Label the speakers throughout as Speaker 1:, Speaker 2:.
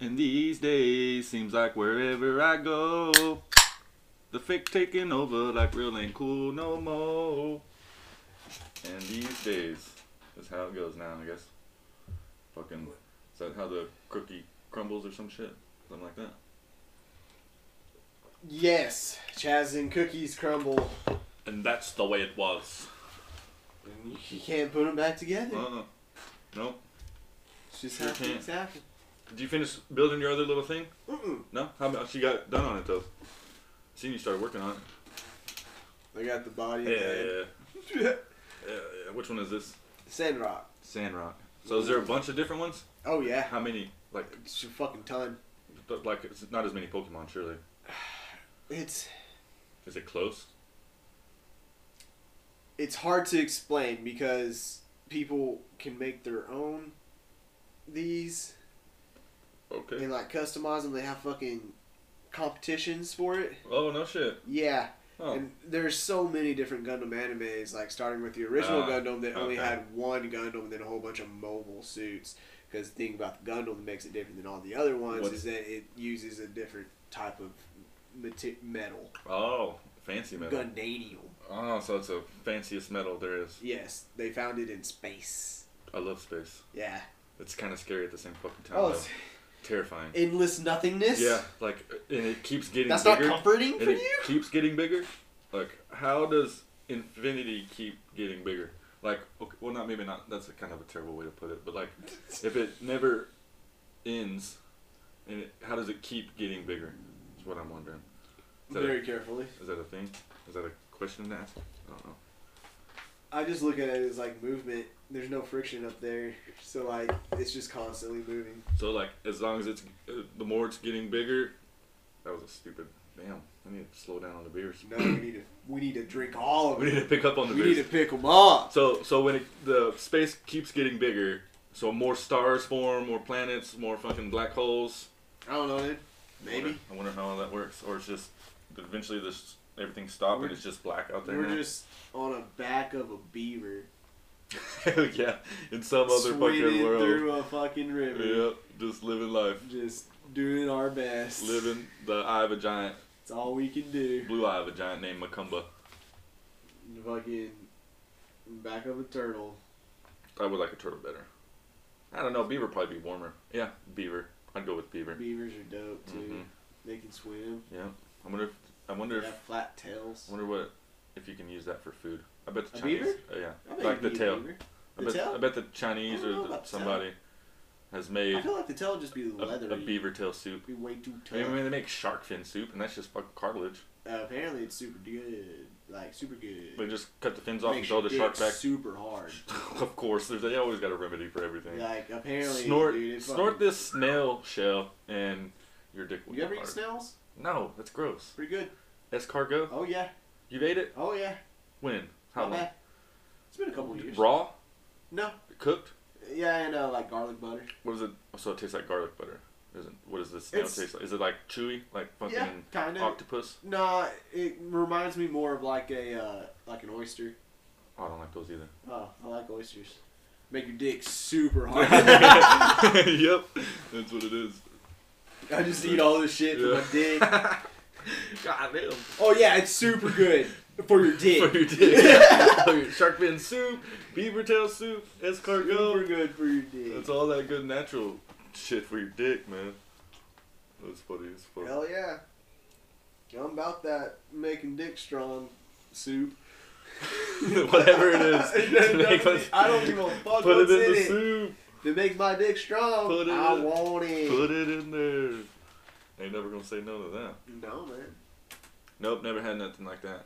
Speaker 1: And these days, seems like wherever I go, the fake taking over like real ain't cool no more. And these days, that's how it goes now, I guess. Fucking, is that how the cookie crumbles or some shit? Something like that.
Speaker 2: Yes, Chaz and cookies crumble,
Speaker 3: And that's the way it was.
Speaker 2: and you can't put them back together.
Speaker 1: Uh-uh. Nope.
Speaker 2: it's just
Speaker 1: sure
Speaker 2: how
Speaker 1: can't.
Speaker 2: things happen.
Speaker 1: Did you finish building your other little thing?
Speaker 2: Mm-mm.
Speaker 1: No? How about she got done on it though? She you started working on it.
Speaker 2: I got the body.
Speaker 1: Yeah,
Speaker 2: and
Speaker 1: yeah,
Speaker 2: the
Speaker 1: yeah.
Speaker 2: head.
Speaker 1: yeah, yeah. Which one is this?
Speaker 2: Sandrock.
Speaker 1: Sandrock. So is there a bunch of different ones?
Speaker 2: Oh yeah,
Speaker 1: How many? Like,
Speaker 2: it's a fucking ton.
Speaker 1: th- like it's not as many Pokemon, surely.
Speaker 2: It's
Speaker 1: Is it close?
Speaker 2: it's hard to explain because people can make their own these
Speaker 1: Okay.
Speaker 2: and like customize them. They have fucking competitions for it.
Speaker 1: Oh no shit.
Speaker 2: Yeah,
Speaker 1: Oh.
Speaker 2: and there's so many different Gundam animes. Like starting with the original
Speaker 1: Ah,
Speaker 2: Gundam that only
Speaker 1: okay.
Speaker 2: had one Gundam, and then a whole bunch of mobile suits. Because the thing about the Gundam that makes it different than all the other ones
Speaker 1: What's-
Speaker 2: is that it uses a different type of mate- metal,
Speaker 1: Oh, fancy metal.
Speaker 2: Gundanium.
Speaker 1: Oh, so it's the fanciest metal there is.
Speaker 2: Yes, they found it in space.
Speaker 1: I love space.
Speaker 2: Yeah.
Speaker 1: It's kind of scary at the same fucking time.
Speaker 2: Oh,
Speaker 1: though.
Speaker 2: it's
Speaker 1: Terrifying.
Speaker 2: endless nothingness.
Speaker 1: Yeah, like, and it keeps getting
Speaker 2: That's not
Speaker 1: bigger.
Speaker 2: comforting for
Speaker 1: and it
Speaker 2: you.
Speaker 1: keeps getting bigger. Like, how does infinity keep getting bigger? Like, okay, well, not maybe not. That's a kind of a terrible way to put it. But like, if it never ends, and it, how does it keep getting bigger? Is what I'm wondering. Is that,
Speaker 2: Very carefully.
Speaker 1: a, is that a thing? Is that a question to ask? I don't know.
Speaker 2: I just look at it as like movement. There's no friction up there, so like it's just constantly moving.
Speaker 1: So like, as long as it's uh, the more it's getting bigger, that was a stupid. Damn, I need to slow down on the beers.
Speaker 2: No, we need to we need to drink all of
Speaker 1: We need to
Speaker 2: it.
Speaker 1: pick up on the
Speaker 2: We
Speaker 1: beers.
Speaker 2: need to pick them up.
Speaker 1: So so when it, the space keeps getting bigger, so more stars form, more planets, more fucking black holes.
Speaker 2: I don't know, dude. Maybe
Speaker 1: I wonder, I wonder how that works, or it's just eventually this everything stopped and it's just black out there.
Speaker 2: we're
Speaker 1: now.
Speaker 2: just on a back of a beaver
Speaker 1: Hell yeah, in some other
Speaker 2: swimming
Speaker 1: fucking world.
Speaker 2: through a fucking river,
Speaker 1: Yep, just living life,
Speaker 2: just doing our best.
Speaker 1: living the eye of a giant,
Speaker 2: It's all we can do.
Speaker 1: blue eye of a giant named Macumba.
Speaker 2: Fucking back of a turtle.
Speaker 1: I would like a turtle better. I don't know, beaver probably be warmer. Yeah, beaver. I'd go with beaver.
Speaker 2: Beavers are dope too.
Speaker 1: Mhm.
Speaker 2: They can swim.
Speaker 1: I wonder if I
Speaker 2: They
Speaker 1: wonder if
Speaker 2: have flat tails.
Speaker 1: I wonder what if you can use that for food. I bet the
Speaker 2: A
Speaker 1: Chinese.
Speaker 2: beaver?
Speaker 1: Uh, yeah,
Speaker 2: I bet
Speaker 1: like the
Speaker 2: you can eat a
Speaker 1: tail.
Speaker 2: beaver.
Speaker 1: I
Speaker 2: The
Speaker 1: bet,
Speaker 2: tail?
Speaker 1: I bet the Chinese
Speaker 2: I don't know
Speaker 1: or the,
Speaker 2: about the tail.
Speaker 1: somebody has made
Speaker 2: I feel like the tail would just be
Speaker 1: a,
Speaker 2: leathery.
Speaker 1: a beaver tail soup.
Speaker 2: Be way too
Speaker 1: I mean,
Speaker 2: tough.
Speaker 1: they make shark fin soup, and that's just fucking cartilage.
Speaker 2: Uh, apparently, it's super good. Like super good.
Speaker 1: They just cut the fins off and
Speaker 2: Makes
Speaker 1: throw
Speaker 2: your
Speaker 1: the shark
Speaker 2: dick
Speaker 1: back.
Speaker 2: Super hard.
Speaker 1: of course, there's, they always got a remedy for everything.
Speaker 2: Like apparently,
Speaker 1: snort,
Speaker 2: dude, it
Speaker 1: snort
Speaker 2: fucking-
Speaker 1: this snail shell, and your dick will
Speaker 2: You ever
Speaker 1: get
Speaker 2: eat
Speaker 1: hard.
Speaker 2: snails?
Speaker 1: No, that's gross.
Speaker 2: Pretty good.
Speaker 1: Escargot?
Speaker 2: Oh yeah.
Speaker 1: You've ate it?
Speaker 2: Oh yeah.
Speaker 1: When?
Speaker 2: Not
Speaker 1: How long?
Speaker 2: bad. It's been a couple years.
Speaker 1: Raw?
Speaker 2: No.
Speaker 1: Cooked?
Speaker 2: Yeah, and uh, like garlic butter.
Speaker 1: What is it? So it tastes like garlic butter. Isn't what does this snail
Speaker 2: It's-
Speaker 1: taste like? Is it like chewy, like fucking
Speaker 2: yeah, kind of.
Speaker 1: octopus?
Speaker 2: Nah, it reminds me more of like a uh, like an oyster.
Speaker 1: Oh, I don't like those either.
Speaker 2: Oh, I like oysters. Make your dick super hard.
Speaker 1: yep, that's what it is.
Speaker 2: I just eat all this shit for my dick.
Speaker 1: God damn.
Speaker 2: Oh yeah, it's super good for your dick.
Speaker 1: For your dick. For your shark fin soup, beaver tail soup,
Speaker 2: super
Speaker 1: escargot.
Speaker 2: good for your dick.
Speaker 1: That's all that good natural shit for your dick, man. That's funny as fuck.
Speaker 2: Hell yeah. I'm about that making dick strong soup.
Speaker 1: Whatever it is.
Speaker 2: It doesn't-
Speaker 1: Make us-
Speaker 2: I don't give a fuck
Speaker 1: Put it
Speaker 2: what's
Speaker 1: in
Speaker 2: in
Speaker 1: the
Speaker 2: it.
Speaker 1: soup.
Speaker 2: If it makes my dick strong,
Speaker 1: Put it
Speaker 2: I
Speaker 1: in-
Speaker 2: want it.
Speaker 1: Put it in there. Ain't never gonna say no to that.
Speaker 2: No man.
Speaker 1: Nope, never had nothing like that.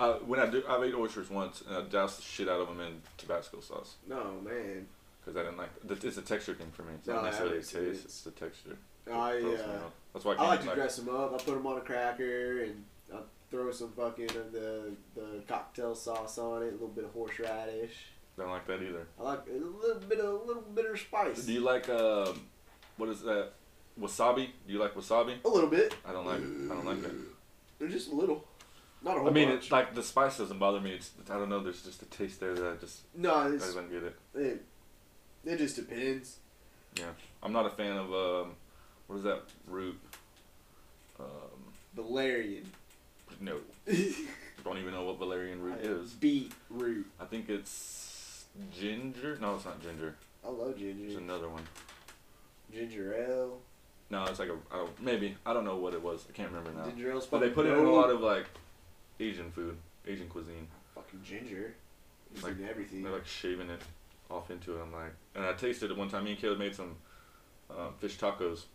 Speaker 1: I, when I do, I've ate oysters once, and I doused the shit out of them in Tabasco sauce
Speaker 2: No man.
Speaker 1: because I didn't like. th- It's a texture thing for me. It's not
Speaker 2: No, Oh, I
Speaker 1: necessarily a taste.
Speaker 2: haven't.
Speaker 1: It's, the texture.
Speaker 2: I
Speaker 1: It throws me
Speaker 2: uh,
Speaker 1: off. That's why I,
Speaker 2: I
Speaker 1: can't
Speaker 2: like
Speaker 1: eat,
Speaker 2: to dress them up. I put them on a cracker and I throw some fucking of the the cocktail sauce on it, a little bit of horseradish.
Speaker 1: Don't like that either.
Speaker 2: I like a little bit of a little bitter spice.
Speaker 1: Do you like um, what is that? Wasabi? Do you like wasabi?
Speaker 2: A little bit,
Speaker 1: I don't like. it. I don't like that.
Speaker 2: just a little, not a whole
Speaker 1: I mean,
Speaker 2: bunch.
Speaker 1: it's like the spice doesn't bother me. It's I don't know. There's just a taste there that I just
Speaker 2: no,
Speaker 1: I
Speaker 2: it's,
Speaker 1: don't get it.
Speaker 2: it, it just depends.
Speaker 1: I'm not a fan of um, What is that root? Um,
Speaker 2: Valerian.
Speaker 1: no, don't even know what Valerian root is.
Speaker 2: Beetroot.
Speaker 1: I think it's ginger. No, it's not ginger.
Speaker 2: I love
Speaker 1: There's
Speaker 2: ginger.
Speaker 1: another one.
Speaker 2: Ginger ale.
Speaker 1: No, it's like a I don't, maybe I don't know what it was. I can't remember now.
Speaker 2: Ginger ale's
Speaker 1: But they
Speaker 2: fucking
Speaker 1: put it in a
Speaker 2: dope.
Speaker 1: lot of like Asian food, Asian cuisine.
Speaker 2: fucking ginger. It's
Speaker 1: Like-
Speaker 2: in everything.
Speaker 1: They're like shaving it off into it. I'm like, and I tasted it one time. Me and Caleb made some um, fish tacos,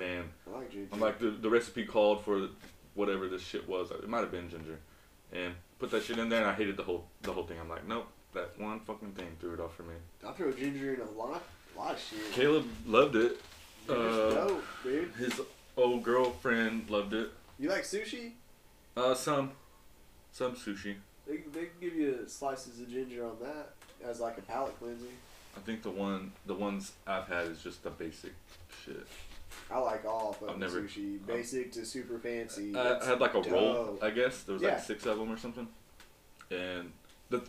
Speaker 1: and
Speaker 2: I like ginger.
Speaker 1: I'm like the the recipe called for whatever this shit was. It might have been ginger, and put that shit in there, and I hated the whole the whole thing. I'm like, nope, that one fucking thing threw it off for me.
Speaker 2: I throw ginger in a lot, lot of shit.
Speaker 1: Caleb loved it.
Speaker 2: Ginger's
Speaker 1: uh,
Speaker 2: dope, dude.
Speaker 1: His old girlfriend loved it.
Speaker 2: You like sushi?
Speaker 1: Uh, some, some sushi.
Speaker 2: They, they can give you slices of ginger on that as like a palate cleansing.
Speaker 1: I think the one the ones I've had is just the basic shit.
Speaker 2: I like all fucking
Speaker 1: never-
Speaker 2: sushi, basic to super fancy.
Speaker 1: I, I
Speaker 2: It's
Speaker 1: had like a roll,
Speaker 2: dope.
Speaker 1: I guess. There was
Speaker 2: Yeah.
Speaker 1: like six of them or something. And the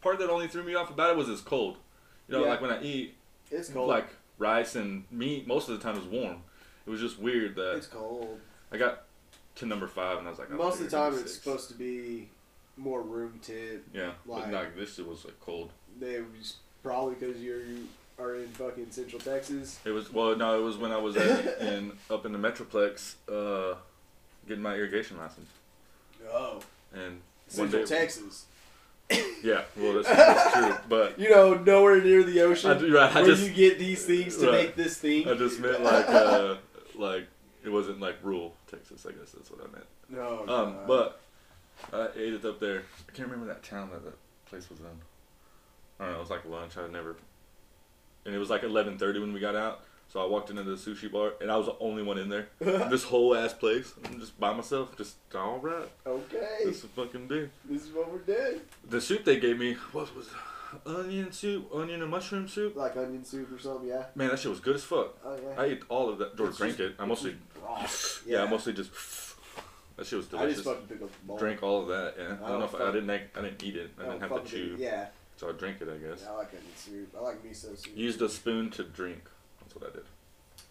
Speaker 1: part that only threw me off about it was it's cold. You know,
Speaker 2: Yeah.
Speaker 1: like when I eat
Speaker 2: It's cold.
Speaker 1: like rice and meat, most of the time it's warm. It was just weird that
Speaker 2: it's cold.
Speaker 1: I got to number five and I was like, oh,
Speaker 2: Most of
Speaker 1: dude,
Speaker 2: the time,
Speaker 1: number
Speaker 2: it's
Speaker 1: six.
Speaker 2: supposed to be more room tip.
Speaker 1: Yeah,
Speaker 2: like-
Speaker 1: but like this, it was like cold.
Speaker 2: They was probably because you are in fucking Central Texas.
Speaker 1: It was well, no, it was when I was at, in up in the Metroplex, uh, getting my irrigation license,
Speaker 2: Oh,
Speaker 1: and one
Speaker 2: Central
Speaker 1: day-
Speaker 2: Texas.
Speaker 1: Yeah, well, that's, that's true. But
Speaker 2: You know, nowhere near the ocean.
Speaker 1: I, do- right, I
Speaker 2: where
Speaker 1: just
Speaker 2: you get these things to
Speaker 1: Right.
Speaker 2: make this thing.
Speaker 1: I just meant like uh, like it wasn't like rural Texas. I guess that's what I meant.
Speaker 2: no,
Speaker 1: Um,
Speaker 2: God.
Speaker 1: but I ate it up there. I can't remember that town that that place was in. I don't know. It was like lunch. I never. And it was like eleven thirty when we got out. So I walked into the sushi bar, and I was the only one in there. this whole ass place, I'm just by myself. Just all right.
Speaker 2: okay,
Speaker 1: This is fucking big.
Speaker 2: this is what we're doing.
Speaker 1: The soup they gave me what was onion soup, onion and mushroom soup.
Speaker 2: Like onion soup or something. Yeah.
Speaker 1: Man, that shit was good as fuck.
Speaker 2: Oh yeah.
Speaker 1: I ate all of that. Or
Speaker 2: It's
Speaker 1: drank
Speaker 2: just-
Speaker 1: it. I mostly
Speaker 2: Raw.
Speaker 1: Yeah, I mostly just. That shit was
Speaker 2: I
Speaker 1: delicious.
Speaker 2: just fucking pick up the bowl.
Speaker 1: drank all of that. Yeah, I
Speaker 2: I don't
Speaker 1: don't know if I,
Speaker 2: fuck-
Speaker 1: didn't. Like, I didn't eat it. I
Speaker 2: don't
Speaker 1: didn't have to
Speaker 2: fucking do
Speaker 1: chew,
Speaker 2: it. Yeah,
Speaker 1: so I drink it. I guess.
Speaker 2: I like onion soup. I like miso soup.
Speaker 1: Used a spoon to drink. That's what I did.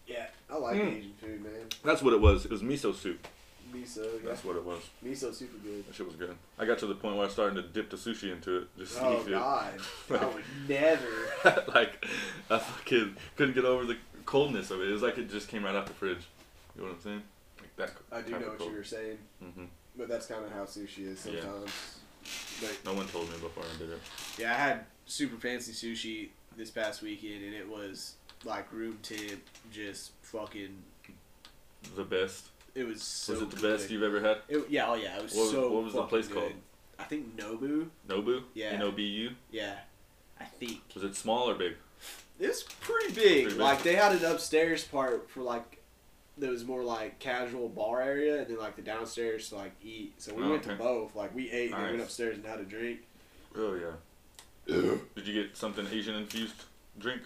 Speaker 2: yeah, I like
Speaker 1: Mm.
Speaker 2: Asian food, man.
Speaker 1: That's what it was. It was miso soup.
Speaker 2: Miso, yeah.
Speaker 1: That's what it was.
Speaker 2: miso super good.
Speaker 1: That shit was good. I got to the point where I started to dip the sushi into it. Just
Speaker 2: Oh
Speaker 1: sneak
Speaker 2: God, I would never.
Speaker 1: it. like I fucking couldn't get over the coldness of it. It was like it just came right out the fridge. You know what I'm saying? Like that.
Speaker 2: I do know what you were saying,
Speaker 1: Mm-hmm.
Speaker 2: but that's kind of how sushi is
Speaker 1: Yeah.
Speaker 2: sometimes. But
Speaker 1: No one told me before I did it.
Speaker 2: yeah, I had super fancy sushi this past weekend, and it was like room tip, just fucking.
Speaker 1: The best.
Speaker 2: It was so.
Speaker 1: Was it the best you've ever had?
Speaker 2: It, yeah, oh yeah, it was
Speaker 1: What was-
Speaker 2: so.
Speaker 1: what was the
Speaker 2: fucking
Speaker 1: place
Speaker 2: good.
Speaker 1: called?
Speaker 2: I think Nobu.
Speaker 1: Nobu?
Speaker 2: Yeah.
Speaker 1: N O B U?
Speaker 2: Yeah, I think
Speaker 1: Was it small or big?
Speaker 2: it's pretty big.
Speaker 1: Pretty big.
Speaker 2: Like they had an upstairs part for like that was more like casual bar area, and then like the downstairs to like eat. So we
Speaker 1: Oh,
Speaker 2: went to
Speaker 1: okay.
Speaker 2: both. Like we ate and then went
Speaker 1: Nice.
Speaker 2: upstairs and had a drink.
Speaker 1: Oh yeah. Did you get something Asian infused drink?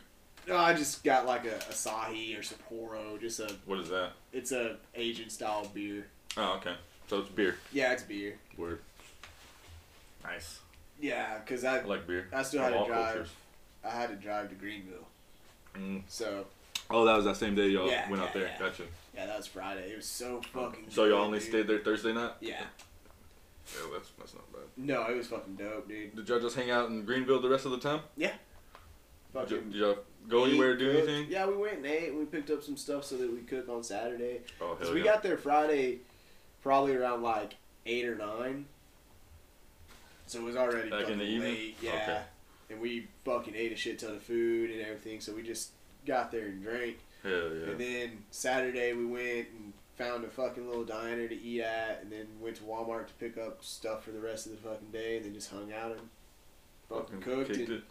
Speaker 2: No, I just got like a Asahi or Sapporo. Just a
Speaker 1: What is that?
Speaker 2: it's a Asian style beer.
Speaker 1: Oh okay. So it's beer.
Speaker 2: Yeah, it's beer.
Speaker 1: Word. Nice.
Speaker 2: Yeah, cause I
Speaker 1: I like beer.
Speaker 2: I still had
Speaker 1: From
Speaker 2: to
Speaker 1: all
Speaker 2: drive.
Speaker 1: cultures.
Speaker 2: I had to drive to Greenville,
Speaker 1: Mm.
Speaker 2: so
Speaker 1: Oh, that was that same day y'all
Speaker 2: Yeah,
Speaker 1: went
Speaker 2: yeah,
Speaker 1: out there.
Speaker 2: yeah.
Speaker 1: Gotcha.
Speaker 2: yeah, that was Friday. It was so fucking.
Speaker 1: Oh, So y'all
Speaker 2: good,
Speaker 1: only
Speaker 2: dude.
Speaker 1: stayed there Thursday night?
Speaker 2: Yeah.
Speaker 1: Yeah, that's that's not bad.
Speaker 2: No, it was fucking dope, dude.
Speaker 1: Did y'all just hang out in Greenville the rest of the time? Did, y-
Speaker 2: Fucking
Speaker 1: did y'all go anywhere,
Speaker 2: Ate,
Speaker 1: do
Speaker 2: cooked.
Speaker 1: anything?
Speaker 2: Yeah, we went and ate. and We picked up some stuff so that we cook on Saturday.
Speaker 1: Oh
Speaker 2: 'Cause
Speaker 1: hell
Speaker 2: we
Speaker 1: yeah.
Speaker 2: got there Friday, probably around like eight or nine. So it was already
Speaker 1: Like in
Speaker 2: fucking
Speaker 1: the evening?
Speaker 2: late. Yeah,
Speaker 1: Okay.
Speaker 2: and we fucking ate a shit ton of food and everything. So we just got there and drank.
Speaker 1: hell yeah.
Speaker 2: And then Saturday we went and found a fucking little diner to eat at, and then went to Walmart to pick up stuff for the rest of the fucking day, and then just hung out and fucking cooked
Speaker 1: kicked
Speaker 2: and
Speaker 1: it.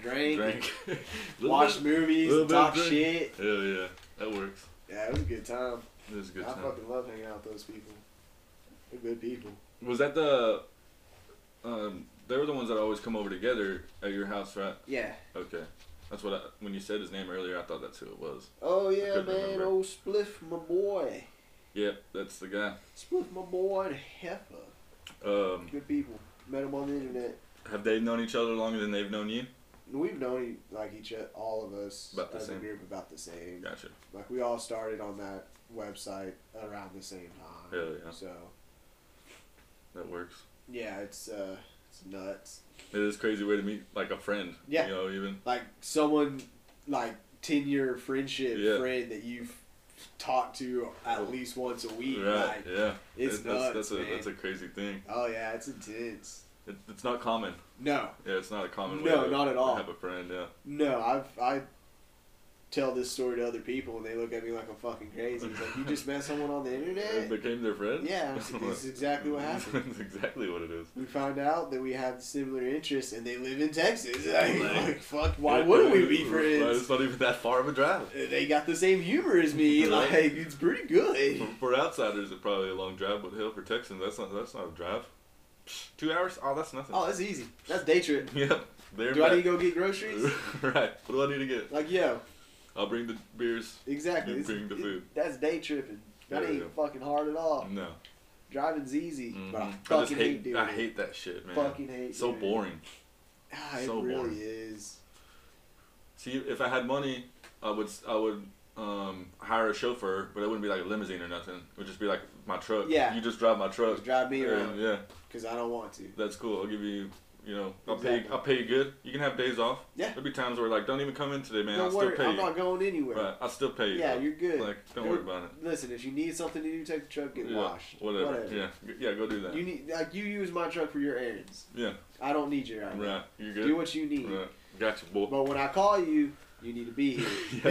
Speaker 2: drank,
Speaker 1: Drank.
Speaker 2: and
Speaker 1: Little
Speaker 2: watched
Speaker 1: bit.
Speaker 2: movies,
Speaker 1: little
Speaker 2: and
Speaker 1: bit of
Speaker 2: talked
Speaker 1: drink.
Speaker 2: shit.
Speaker 1: Hell yeah. That works.
Speaker 2: Yeah, it was a good time.
Speaker 1: It was a good
Speaker 2: I
Speaker 1: time.
Speaker 2: fucking love hanging out with those people. They're good people.
Speaker 1: Was that the? Um, they were the ones that always come over together at your house, right?
Speaker 2: Yeah.
Speaker 1: Okay, that's what I. When you said his name earlier, I thought that's who it was.
Speaker 2: Oh
Speaker 1: I
Speaker 2: yeah, man.
Speaker 1: couldn't remember.
Speaker 2: Old Spliff, my boy.
Speaker 1: Yep, that's the guy.
Speaker 2: Spliff, my boy, and Heifer.
Speaker 1: Um,
Speaker 2: Good people. Met them on the internet.
Speaker 1: have they known each other longer than they've known you?
Speaker 2: we've known e- like each o- all of us
Speaker 1: About the
Speaker 2: as
Speaker 1: same.
Speaker 2: a group about the same.
Speaker 1: Gotcha.
Speaker 2: Like we all started on that website around the same time.
Speaker 1: Hell yeah.
Speaker 2: So
Speaker 1: That works.
Speaker 2: yeah, it's uh, it's nuts.
Speaker 1: It is a crazy way to meet like a friend.
Speaker 2: Yeah.
Speaker 1: You know, even
Speaker 2: Like someone like ten year friendship
Speaker 1: Yeah. Oh.
Speaker 2: friend that you've talked to at least once a week.
Speaker 1: right.
Speaker 2: Like,
Speaker 1: yeah.
Speaker 2: it's
Speaker 1: That-
Speaker 2: nuts,
Speaker 1: that's, that's a
Speaker 2: man.
Speaker 1: that's a crazy thing.
Speaker 2: oh yeah, it's intense.
Speaker 1: It, it's not common.
Speaker 2: No,
Speaker 1: Yeah, it's not a common way.
Speaker 2: No,
Speaker 1: to,
Speaker 2: not at
Speaker 1: to
Speaker 2: all.
Speaker 1: Have a friend. Yeah.
Speaker 2: No, I've I tell this story to other people and they look at me like I'm fucking crazy. It's like you just met someone on the
Speaker 1: It
Speaker 2: internet.
Speaker 1: became their friend.
Speaker 2: Yeah, it's- it's exactly what happened.
Speaker 1: That's exactly what it is.
Speaker 2: We found out that we have similar interests and they live in Texas. Like,
Speaker 1: Like-
Speaker 2: like, fuck, why
Speaker 1: Yeah,
Speaker 2: wouldn't we
Speaker 1: it's-
Speaker 2: be
Speaker 1: It's
Speaker 2: friends?
Speaker 1: not even that far of a drive.
Speaker 2: They got the same humor as me. Like
Speaker 1: Right.
Speaker 2: it's pretty
Speaker 1: For,
Speaker 2: good.
Speaker 1: for outsiders, it's probably a long drive, but hell, for Texans, that's not that's not a drive. Two hours? Oh, that's nothing.
Speaker 2: Oh, that's easy. That's day trip.
Speaker 1: Yep. There.
Speaker 2: Do I need to go get groceries?
Speaker 1: right. What do I need to get?
Speaker 2: Like yo,
Speaker 1: I'll bring the beers.
Speaker 2: exactly.
Speaker 1: You
Speaker 2: It's-
Speaker 1: bring the
Speaker 2: it-
Speaker 1: food.
Speaker 2: that's day tripping. That
Speaker 1: Yeah,
Speaker 2: ain't
Speaker 1: yeah.
Speaker 2: fucking hard at all.
Speaker 1: No.
Speaker 2: Driving's easy,
Speaker 1: Mhm.
Speaker 2: but I
Speaker 1: I
Speaker 2: fucking
Speaker 1: just
Speaker 2: hate,
Speaker 1: hate.
Speaker 2: doing
Speaker 1: I
Speaker 2: it.
Speaker 1: hate that shit, man.
Speaker 2: Fucking hate.
Speaker 1: so
Speaker 2: doing it.
Speaker 1: boring.
Speaker 2: Ah, it
Speaker 1: So
Speaker 2: really
Speaker 1: boring.
Speaker 2: is.
Speaker 1: See, if I had money, I would I would um, hire a chauffeur, but it wouldn't be like a limousine or nothing. It would just be like my truck.
Speaker 2: Yeah.
Speaker 1: You just drive my truck.
Speaker 2: Just drive me
Speaker 1: Yeah,
Speaker 2: around
Speaker 1: yeah,
Speaker 2: because I don't want to.
Speaker 1: that's cool. I'll give you, you know, I'll pay.
Speaker 2: Exactly.
Speaker 1: I'll pay you good. You can have days off.
Speaker 2: Yeah.
Speaker 1: There'll be times where like, don't even come in today, man. I'll
Speaker 2: don't worry,
Speaker 1: still pay
Speaker 2: I'm
Speaker 1: you.
Speaker 2: not going anywhere.
Speaker 1: Right. I'll still pay you.
Speaker 2: Yeah,
Speaker 1: though.
Speaker 2: you're good.
Speaker 1: Like, don't
Speaker 2: You're-
Speaker 1: worry about it.
Speaker 2: Listen, if you need something to do, take the truck, get
Speaker 1: Yeah,
Speaker 2: washed.
Speaker 1: Whatever. Yeah. G- Yeah. Go do that.
Speaker 2: You need like you use my truck for your errands.
Speaker 1: yeah.
Speaker 2: I don't need you right, now.
Speaker 1: Right. You're good.
Speaker 2: Do what you need.
Speaker 1: Right. Gotcha, boy.
Speaker 2: But when I call you, you need to be here.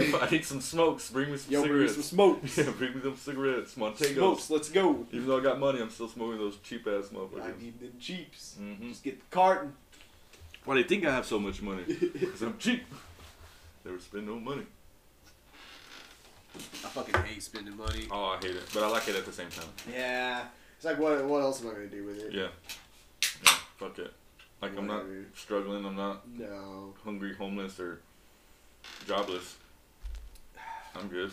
Speaker 1: yeah, I need some smokes. Bring me some
Speaker 2: Yo, bring me
Speaker 1: cigarettes.
Speaker 2: some smokes.
Speaker 1: Yeah, bring me some cigarettes, Montegos.
Speaker 2: smokes. Let's go.
Speaker 1: Even though I got money, I'm still smoking those cheap ass
Speaker 2: I
Speaker 1: motherfuckers.
Speaker 2: need them jeeps.
Speaker 1: Mm-hmm.
Speaker 2: Just get the carton.
Speaker 1: Why do you think I have so much money? Because I'm cheap. Never spend no money.
Speaker 2: I fucking hate spending money.
Speaker 1: Oh, I hate it, but I like it at the same time.
Speaker 2: Yeah. It's like what? What else am I gonna do with it?
Speaker 1: Yeah. Yeah. Fuck it. Like I'm not
Speaker 2: Whatever.
Speaker 1: struggling. I'm not
Speaker 2: No.
Speaker 1: hungry, homeless, or jobless. I'm good.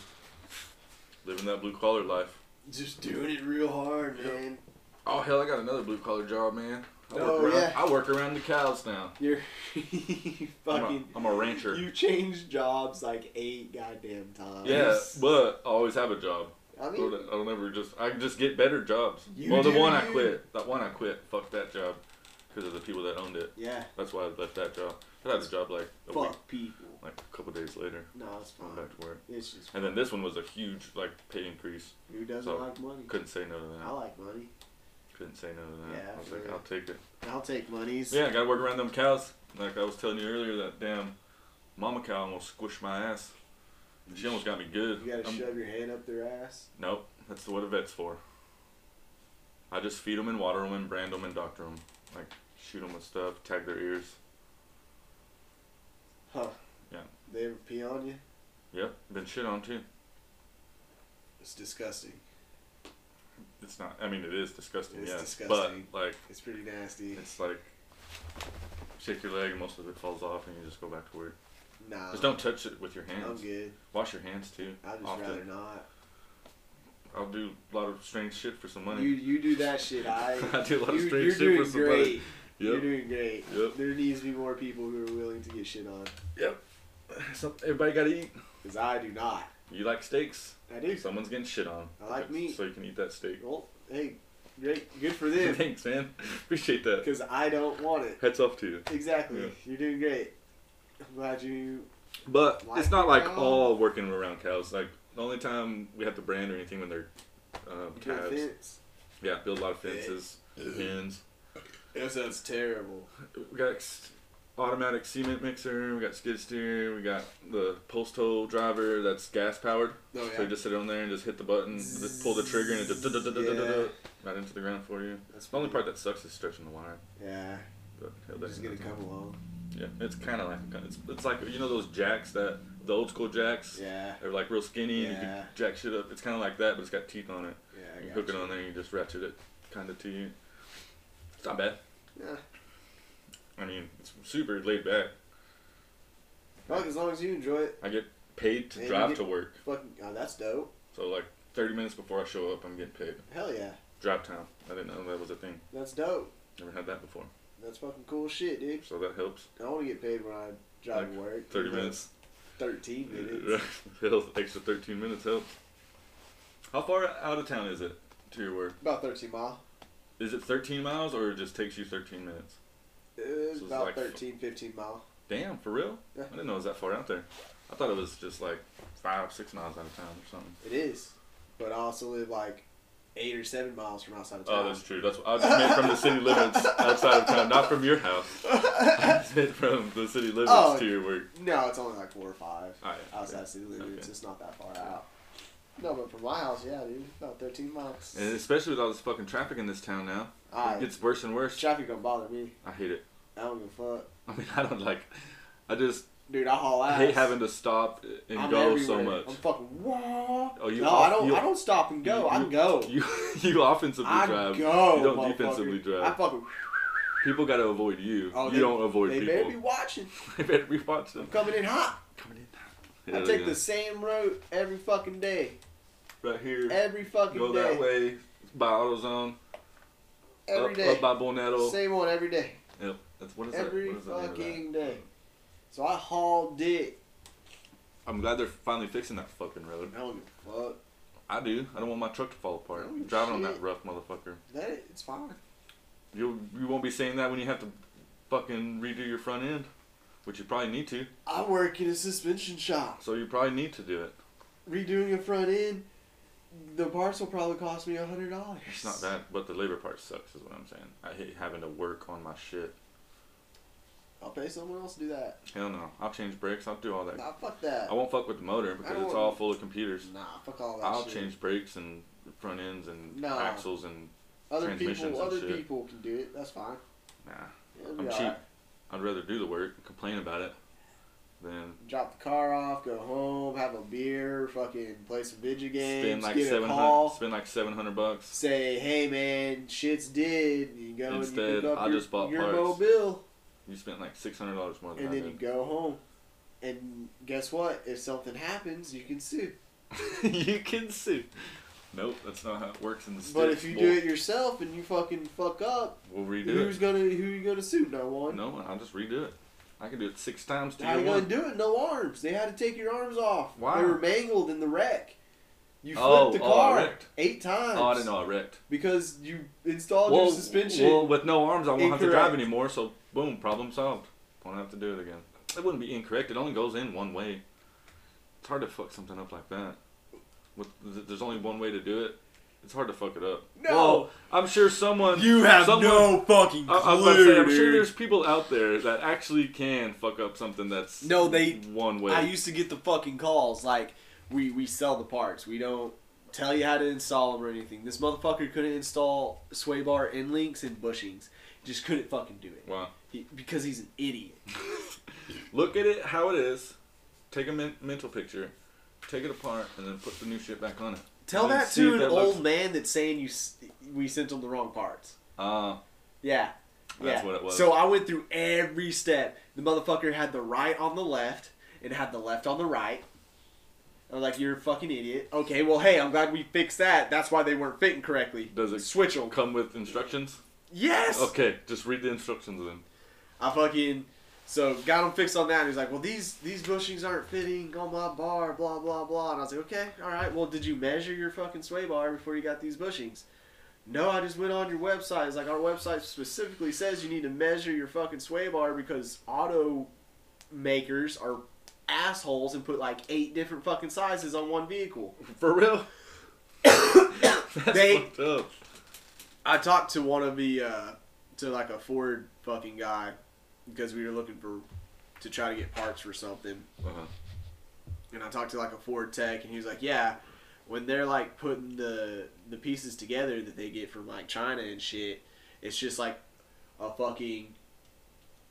Speaker 1: Living that blue collar life.
Speaker 2: Just doing it real hard,
Speaker 1: Yep.
Speaker 2: man.
Speaker 1: Oh hell, I got another blue collar job, man. I work
Speaker 2: Oh,
Speaker 1: around,
Speaker 2: yeah.
Speaker 1: I work around the cows now.
Speaker 2: You're you
Speaker 1: I'm a-
Speaker 2: fucking.
Speaker 1: I'm a rancher.
Speaker 2: You changed jobs like eight goddamn times.
Speaker 1: Yeah, but I always have a job.
Speaker 2: I
Speaker 1: I don't,
Speaker 2: mean,
Speaker 1: I don't ever just. I can just get better jobs.
Speaker 2: You
Speaker 1: well, the
Speaker 2: do
Speaker 1: one I
Speaker 2: you.
Speaker 1: quit. That one I quit. Fuck that job. Because of the people that owned it.
Speaker 2: yeah.
Speaker 1: That's why I left that job. I had a job like a week,
Speaker 2: Fuck people.
Speaker 1: like a couple days later.
Speaker 2: No, it's fine.
Speaker 1: Went back to work.
Speaker 2: It's just
Speaker 1: And then this one was a huge like pay increase.
Speaker 2: who doesn't
Speaker 1: so,
Speaker 2: like money.
Speaker 1: Couldn't say no to that.
Speaker 2: I like money.
Speaker 1: Couldn't say no to that.
Speaker 2: Yeah,
Speaker 1: I was like,
Speaker 2: absolutely.
Speaker 1: I'll take it.
Speaker 2: I'll take monies.
Speaker 1: Yeah, I gotta work around them cows. Like I was telling you earlier, that damn mama cow almost squished my ass. She almost got me good.
Speaker 2: You gotta
Speaker 1: I'm-
Speaker 2: shove your hand up their ass.
Speaker 1: Nope, that's what a vet's for. I just feed them and water them and brand them and doctor them. Like, shoot them with stuff, tag their ears.
Speaker 2: Huh.
Speaker 1: Yeah.
Speaker 2: They ever pee on you?
Speaker 1: Yep, been shit on too.
Speaker 2: It's disgusting.
Speaker 1: It's not, I mean, it is disgusting,
Speaker 2: It's
Speaker 1: yes.
Speaker 2: disgusting.
Speaker 1: But, like,
Speaker 2: It's pretty nasty.
Speaker 1: it's like, shake your leg, most of it falls off, and you just go back to work.
Speaker 2: Nah.
Speaker 1: Just don't touch it with your
Speaker 2: I'm
Speaker 1: hands.
Speaker 2: good.
Speaker 1: Wash your hands too.
Speaker 2: I'd just
Speaker 1: often.
Speaker 2: rather not.
Speaker 1: I'll do a lot of strange shit for some money.
Speaker 2: You you do that shit. I.
Speaker 1: I do a lot of
Speaker 2: you,
Speaker 1: strange
Speaker 2: you're
Speaker 1: shit
Speaker 2: doing
Speaker 1: for somebody.
Speaker 2: great. You're
Speaker 1: yep.
Speaker 2: doing great.
Speaker 1: Yep.
Speaker 2: There needs to be more people who are willing to get shit on.
Speaker 1: Some- everybody gotta eat.
Speaker 2: Because I do not.
Speaker 1: You like steaks?
Speaker 2: I do.
Speaker 1: Someone's getting shit on.
Speaker 2: I like meat.
Speaker 1: So you can eat that steak.
Speaker 2: Well, hey, great. Good for them.
Speaker 1: Thanks, man. Appreciate that.
Speaker 2: Because I don't want it.
Speaker 1: Hats off to you.
Speaker 2: Exactly.
Speaker 1: Yeah.
Speaker 2: You're doing great. I'm glad you.
Speaker 1: But
Speaker 2: Why
Speaker 1: it's not like
Speaker 2: cow?
Speaker 1: all working around cows. Like the only time we have to brand or anything when they're um,
Speaker 2: you built a
Speaker 1: calves.
Speaker 2: fence.
Speaker 1: Yeah, build a lot of fences, pens.
Speaker 2: That sounds terrible.
Speaker 1: We got s- automatic cement mixer. We got skid steer. We got the post hole driver that's gas powered.
Speaker 2: Oh,
Speaker 1: So
Speaker 2: yeah.
Speaker 1: you just sit on there and just hit the button, just pull the trigger, and it just
Speaker 2: Yeah.
Speaker 1: right into the ground for you.
Speaker 2: That's
Speaker 1: The only
Speaker 2: pretty-
Speaker 1: part that sucks is stretching the wire.
Speaker 2: Yeah.
Speaker 1: But hell, that
Speaker 2: Just
Speaker 1: ain't
Speaker 2: gonna
Speaker 1: nothing.
Speaker 2: come along.
Speaker 1: Yeah, it's kind of like it's, it's like you know those jacks that the old school jacks.
Speaker 2: Yeah.
Speaker 1: They're like real skinny and you can
Speaker 2: Yeah.
Speaker 1: jack shit up. It's kind of like that, but it's got teeth on it.
Speaker 2: Yeah. I
Speaker 1: You
Speaker 2: got
Speaker 1: hook it
Speaker 2: you.
Speaker 1: on there and you just ratchet it kind of to you. It's not bad.
Speaker 2: Yeah.
Speaker 1: I mean, it's super laid back.
Speaker 2: Fuck, as long as you enjoy it.
Speaker 1: I get paid to
Speaker 2: And you
Speaker 1: drive
Speaker 2: get-
Speaker 1: to work.
Speaker 2: Fucking. Oh, that's dope.
Speaker 1: So, like 30 minutes before I show up, I'm getting paid.
Speaker 2: Hell yeah.
Speaker 1: Drive time. I didn't know that was a thing.
Speaker 2: That's dope.
Speaker 1: Never had that before.
Speaker 2: That's fucking cool shit, dude.
Speaker 1: So that helps.
Speaker 2: I want to get paid when I drive to work.
Speaker 1: 30
Speaker 2: Even though it's
Speaker 1: minutes.
Speaker 2: 13 minutes.
Speaker 1: Hell, extra 13 minutes helps. How far out of town is it to your work?
Speaker 2: About 13 mile.
Speaker 1: Is it 13 miles or it just takes you 13 minutes?
Speaker 2: It's
Speaker 1: So it's
Speaker 2: about
Speaker 1: like f-
Speaker 2: 13, 15 mile.
Speaker 1: Damn, for real?
Speaker 2: Yeah.
Speaker 1: I didn't know it was that far out there. I thought it was just like five, six miles out of town or something.
Speaker 2: It is. But I also live like 8 or 7 miles from outside of town.
Speaker 1: Oh, that's true. That's I just meant from the city limits outside of town, not from your house. I just meant from the city limits
Speaker 2: Oh.
Speaker 1: to your work.
Speaker 2: No, it's only like 4 or 5
Speaker 1: All right.
Speaker 2: outside city limits.
Speaker 1: Okay.
Speaker 2: It's not that far out. No, but from my house, yeah, dude. About 13 miles.
Speaker 1: And especially with all this fucking traffic in this town now,
Speaker 2: Alright.
Speaker 1: it gets worse and worse.
Speaker 2: Traffic don't bother me.
Speaker 1: I hate it.
Speaker 2: I don't give a fuck.
Speaker 1: I mean, I don't like. I just
Speaker 2: Dude, I haul
Speaker 1: I
Speaker 2: ass.
Speaker 1: hate having to stop and
Speaker 2: I'm
Speaker 1: go so
Speaker 2: everywhere.
Speaker 1: much.
Speaker 2: I'm fucking wah.
Speaker 1: Oh, you
Speaker 2: no,
Speaker 1: off-
Speaker 2: I don't.
Speaker 1: you-
Speaker 2: I don't stop and go.
Speaker 1: you-
Speaker 2: I
Speaker 1: you-
Speaker 2: go.
Speaker 1: You you offensively
Speaker 2: I
Speaker 1: drive.
Speaker 2: go.
Speaker 1: you don't
Speaker 2: motherfucker.
Speaker 1: defensively drive.
Speaker 2: I fucking.
Speaker 1: People got to avoid you.
Speaker 2: Oh,
Speaker 1: you
Speaker 2: they-
Speaker 1: don't avoid
Speaker 2: They better
Speaker 1: people.
Speaker 2: be watching.
Speaker 1: they better be watching.
Speaker 2: I'm coming in hot.
Speaker 1: Coming in.
Speaker 2: I take the same route every fucking day.
Speaker 1: right here.
Speaker 2: Every fucking
Speaker 1: Go
Speaker 2: day.
Speaker 1: that way by AutoZone.
Speaker 2: Every
Speaker 1: up,
Speaker 2: day.
Speaker 1: up by Bonetto.
Speaker 2: Same one every day.
Speaker 1: Yep. That's what is
Speaker 2: every
Speaker 1: that? What is the name of that?
Speaker 2: fucking day. So I haul dick.
Speaker 1: I'm glad they're finally fixing that fucking road.
Speaker 2: I don't give a fuck.
Speaker 1: I do. I don't want my truck to fall apart.
Speaker 2: Oh,
Speaker 1: Driving on
Speaker 2: shit.
Speaker 1: that rough motherfucker.
Speaker 2: That it's fine.
Speaker 1: You you won't be saying that when you have to fucking redo your front end, which you probably need to.
Speaker 2: I work in a suspension shop.
Speaker 1: So you probably need to do it.
Speaker 2: Redoing a front end, the parts will probably cost me a hundred dollars.
Speaker 1: It's not that, but the labor part sucks, is what I'm saying. I hate having to work on my shit.
Speaker 2: I'll pay someone else to do that.
Speaker 1: Hell no. I'll change brakes. I'll do all that.
Speaker 2: Nah, fuck that.
Speaker 1: I won't fuck with the motor because
Speaker 2: don't
Speaker 1: it's
Speaker 2: want-
Speaker 1: all full of computers.
Speaker 2: Nah, fuck all that
Speaker 1: I'll
Speaker 2: shit.
Speaker 1: change brakes and front ends and
Speaker 2: No.
Speaker 1: axles and
Speaker 2: other
Speaker 1: transmissions
Speaker 2: people.
Speaker 1: and
Speaker 2: Other
Speaker 1: shit.
Speaker 2: people can do it. That's fine.
Speaker 1: nah.
Speaker 2: It'll be
Speaker 1: I'm
Speaker 2: all
Speaker 1: cheap.
Speaker 2: right.
Speaker 1: I'd rather do the work and complain about it than
Speaker 2: Drop the car off, go home, have a beer, fucking play some video games,
Speaker 1: spend like
Speaker 2: get a
Speaker 1: seven
Speaker 2: call,
Speaker 1: hundred spend like seven hundred bucks.
Speaker 2: say, "Hey man, shit's did." And you go and you
Speaker 1: Instead,
Speaker 2: pick up
Speaker 1: I
Speaker 2: your,
Speaker 1: just bought
Speaker 2: your
Speaker 1: parts.
Speaker 2: mobile,
Speaker 1: You spent like six hundred dollars more than
Speaker 2: and
Speaker 1: I
Speaker 2: then you
Speaker 1: did.
Speaker 2: go home. And guess what? If something happens, you can sue.
Speaker 1: you can sue. Nope, that's not how it works in the
Speaker 2: But
Speaker 1: States.
Speaker 2: if you
Speaker 1: we'll,
Speaker 2: do it yourself and you fucking fuck up,
Speaker 1: we'll redo
Speaker 2: who's
Speaker 1: it.
Speaker 2: gonna who you gonna sue? No one.
Speaker 1: No, I'll just redo it. I can do it six times to
Speaker 2: How you
Speaker 1: your
Speaker 2: gonna
Speaker 1: one.
Speaker 2: do it? No arms. They had to take your arms off.
Speaker 1: Why?
Speaker 2: They were mangled in the wreck. You flipped
Speaker 1: Oh,
Speaker 2: the
Speaker 1: oh, I
Speaker 2: car
Speaker 1: wrecked.
Speaker 2: eight times.
Speaker 1: Oh, I didn't know I wrecked.
Speaker 2: Because you installed your
Speaker 1: Well,
Speaker 2: suspension.
Speaker 1: well, with no arms, I won't have to drive
Speaker 2: Incorrect.
Speaker 1: anymore. So, boom, problem solved. Won't have to do it again. It wouldn't be incorrect. It only goes in one way. It's hard to fuck something up like that. With th- there's only one way to do it. It's hard to fuck it up.
Speaker 2: No.
Speaker 1: Well, I'm sure someone. someone,
Speaker 2: fucking
Speaker 1: I, I was about to say, I'm sure there's people out there that actually can fuck up something that's
Speaker 2: No, they-
Speaker 1: one way.
Speaker 2: I used to get the fucking calls like, we we sell the parts. We don't tell you how to install them or anything. This motherfucker couldn't install sway bar end links and bushings. Just couldn't fucking do it
Speaker 1: wow.
Speaker 2: he, because he's an idiot.
Speaker 1: Look at it how it is. Take a men- mental picture. Take it apart and then put the new shit back on it.
Speaker 2: Tell
Speaker 1: And then
Speaker 2: that
Speaker 1: see if
Speaker 2: to an
Speaker 1: that
Speaker 2: old
Speaker 1: looks-
Speaker 2: man that's saying you s- we sent him the wrong parts.
Speaker 1: Ah.
Speaker 2: Uh, Yeah.
Speaker 1: That's
Speaker 2: yeah.
Speaker 1: what it was.
Speaker 2: So I went through every step. The motherfucker had the right on the left and had the left on the right. I was like, you're a fucking idiot. Okay, well, hey, I'm glad we fixed that. That's why they weren't fitting correctly.
Speaker 1: Does it-
Speaker 2: Switch them.
Speaker 1: come with instructions?
Speaker 2: Yes!
Speaker 1: Okay, just read the instructions then.
Speaker 2: I fucking. So got him fixed on that. And he's like, well, these these bushings aren't fitting on my bar, blah, blah, blah. And I was like, okay, all right. Well, did you measure your fucking sway bar before you got these bushings? No, I just went on your website. It's like our website specifically says you need to measure your fucking sway bar because auto makers are assholes and put like eight different fucking sizes on one vehicle.
Speaker 1: For real? That's
Speaker 2: They-
Speaker 1: fucked up.
Speaker 2: I talked to one of the uh, to like a Ford fucking guy because we were looking for to try to get parts for something.
Speaker 1: Uh-huh.
Speaker 2: and I talked to like a Ford tech, and he was like, "Yeah, when they're like putting the the pieces together that they get from like China and shit, it's just like a fucking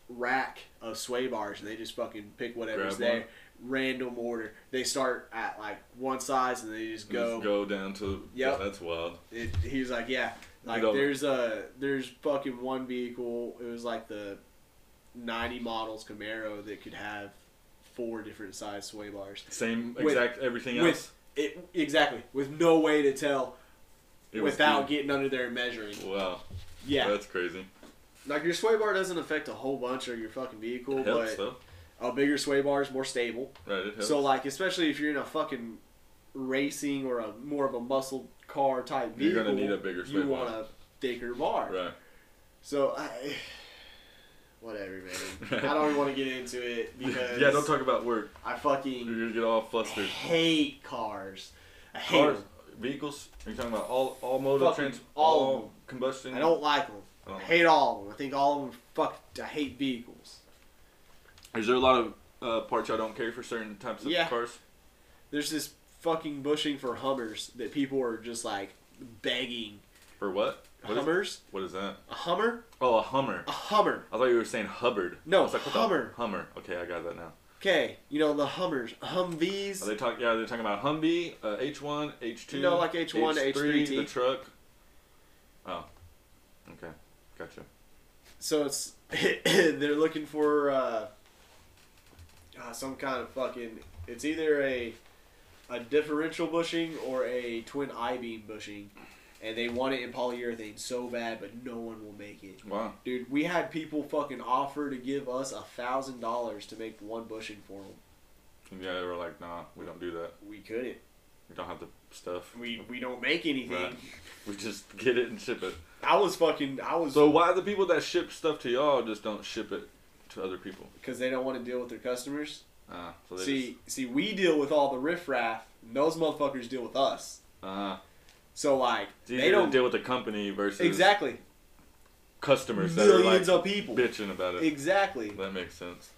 Speaker 2: rack of sway bars, and they just fucking pick whatever's
Speaker 1: Grab
Speaker 2: there,
Speaker 1: one.
Speaker 2: random order. They start at like one size, and they just go.
Speaker 1: Just go down to.
Speaker 2: Yep.
Speaker 1: That's wild.
Speaker 2: It, he was like, "Yeah, like
Speaker 1: don't-
Speaker 2: there's a there's fucking one vehicle. It was like the '90 models Camaro that could have." Four different size sway bars.
Speaker 1: Same
Speaker 2: With-
Speaker 1: exact everything
Speaker 2: with-
Speaker 1: else.
Speaker 2: It, exactly, with no way to tell
Speaker 1: It was
Speaker 2: without getting under there and measuring.
Speaker 1: good. Wow.
Speaker 2: Yeah,
Speaker 1: That's crazy.
Speaker 2: like your sway bar doesn't affect a whole bunch of your fucking vehicle,
Speaker 1: Helps
Speaker 2: but
Speaker 1: though.
Speaker 2: A bigger sway bar is more stable.
Speaker 1: Right, it helps.
Speaker 2: So like, especially if you're in a fucking racing or a more of a muscle car type
Speaker 1: You're
Speaker 2: vehicle,
Speaker 1: gonna need a bigger sway
Speaker 2: You
Speaker 1: bar.
Speaker 2: want a thicker bar.
Speaker 1: right.
Speaker 2: So I, whatever, man. I don't even want to get into it because
Speaker 1: yeah, don't talk about work.
Speaker 2: I fucking
Speaker 1: You're gonna get all flustered.
Speaker 2: hate cars. I hate
Speaker 1: Cars,
Speaker 2: 'em.
Speaker 1: vehicles. Are you talking about all all mode of
Speaker 2: Fucking
Speaker 1: trans,
Speaker 2: all of them.
Speaker 1: combustion?
Speaker 2: I don't like them.
Speaker 1: Oh.
Speaker 2: I hate all of them. I think all of them. Fuck. I hate vehicles.
Speaker 1: Is there a lot of uh, parts I don't care for certain types of
Speaker 2: Yeah.
Speaker 1: cars?
Speaker 2: There's this fucking bushing for Hummers that people are just like begging.
Speaker 1: For what? What is,
Speaker 2: Hummers?
Speaker 1: what is that?
Speaker 2: A Hummer?
Speaker 1: Oh, a Hummer.
Speaker 2: A Hummer.
Speaker 1: I thought you were saying Hubbard.
Speaker 2: No,
Speaker 1: I was like, what the-
Speaker 2: Hummer.
Speaker 1: Hummer. Okay, I got that now.
Speaker 2: Okay, you know the Hummers, Humvees.
Speaker 1: Are they talking? Yeah, they're talking about Humvee, uh, H1, H2.
Speaker 2: You know, like H1,
Speaker 1: The
Speaker 2: H3T.
Speaker 1: truck. Oh, okay, gotcha.
Speaker 2: so it's they're looking for uh, uh, some kind of fucking. It's either a a differential bushing or a twin I beam bushing, and they want it in polyurethane so bad, but no one will make it.
Speaker 1: Wow.
Speaker 2: Dude, we had people fucking offer to give us a thousand dollars to make one bushing for them.
Speaker 1: Yeah, they were like, nah, we don't do that.
Speaker 2: We couldn't.
Speaker 1: We don't have the stuff.
Speaker 2: We we don't make anything.
Speaker 1: Right. We just get it and ship it.
Speaker 2: I was fucking. I was
Speaker 1: So why the people that ship stuff to y'all just don't ship it to other people?
Speaker 2: because they don't want to deal with their customers.
Speaker 1: Uh, so they
Speaker 2: See, see, we deal with all the riffraff. And those motherfuckers deal with us.
Speaker 1: just, uh,
Speaker 2: So like,
Speaker 1: it's easier
Speaker 2: they
Speaker 1: to
Speaker 2: don't
Speaker 1: deal with the company versus
Speaker 2: exactly
Speaker 1: customers that are like
Speaker 2: millions of people.
Speaker 1: bitching about it.
Speaker 2: Exactly.
Speaker 1: That makes sense.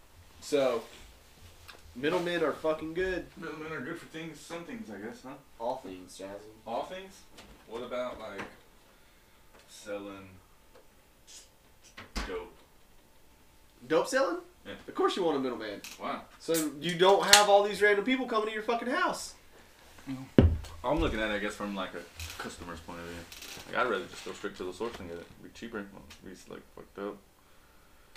Speaker 2: So, middlemen are fucking good.
Speaker 1: Middlemen are good for things, some things, I guess, huh?
Speaker 2: All things, Jasmine.
Speaker 1: All things? What about like selling dope?
Speaker 2: Dope selling?
Speaker 1: Yeah.
Speaker 2: Of course you want a middleman.
Speaker 1: Wow.
Speaker 2: So you don't have all these random people coming to your fucking house.
Speaker 1: I'm looking at it, I guess, from like a customer's point of view. Like I'd rather just go straight to the source and get it. It'd be cheaper. Won't Be like fucked up.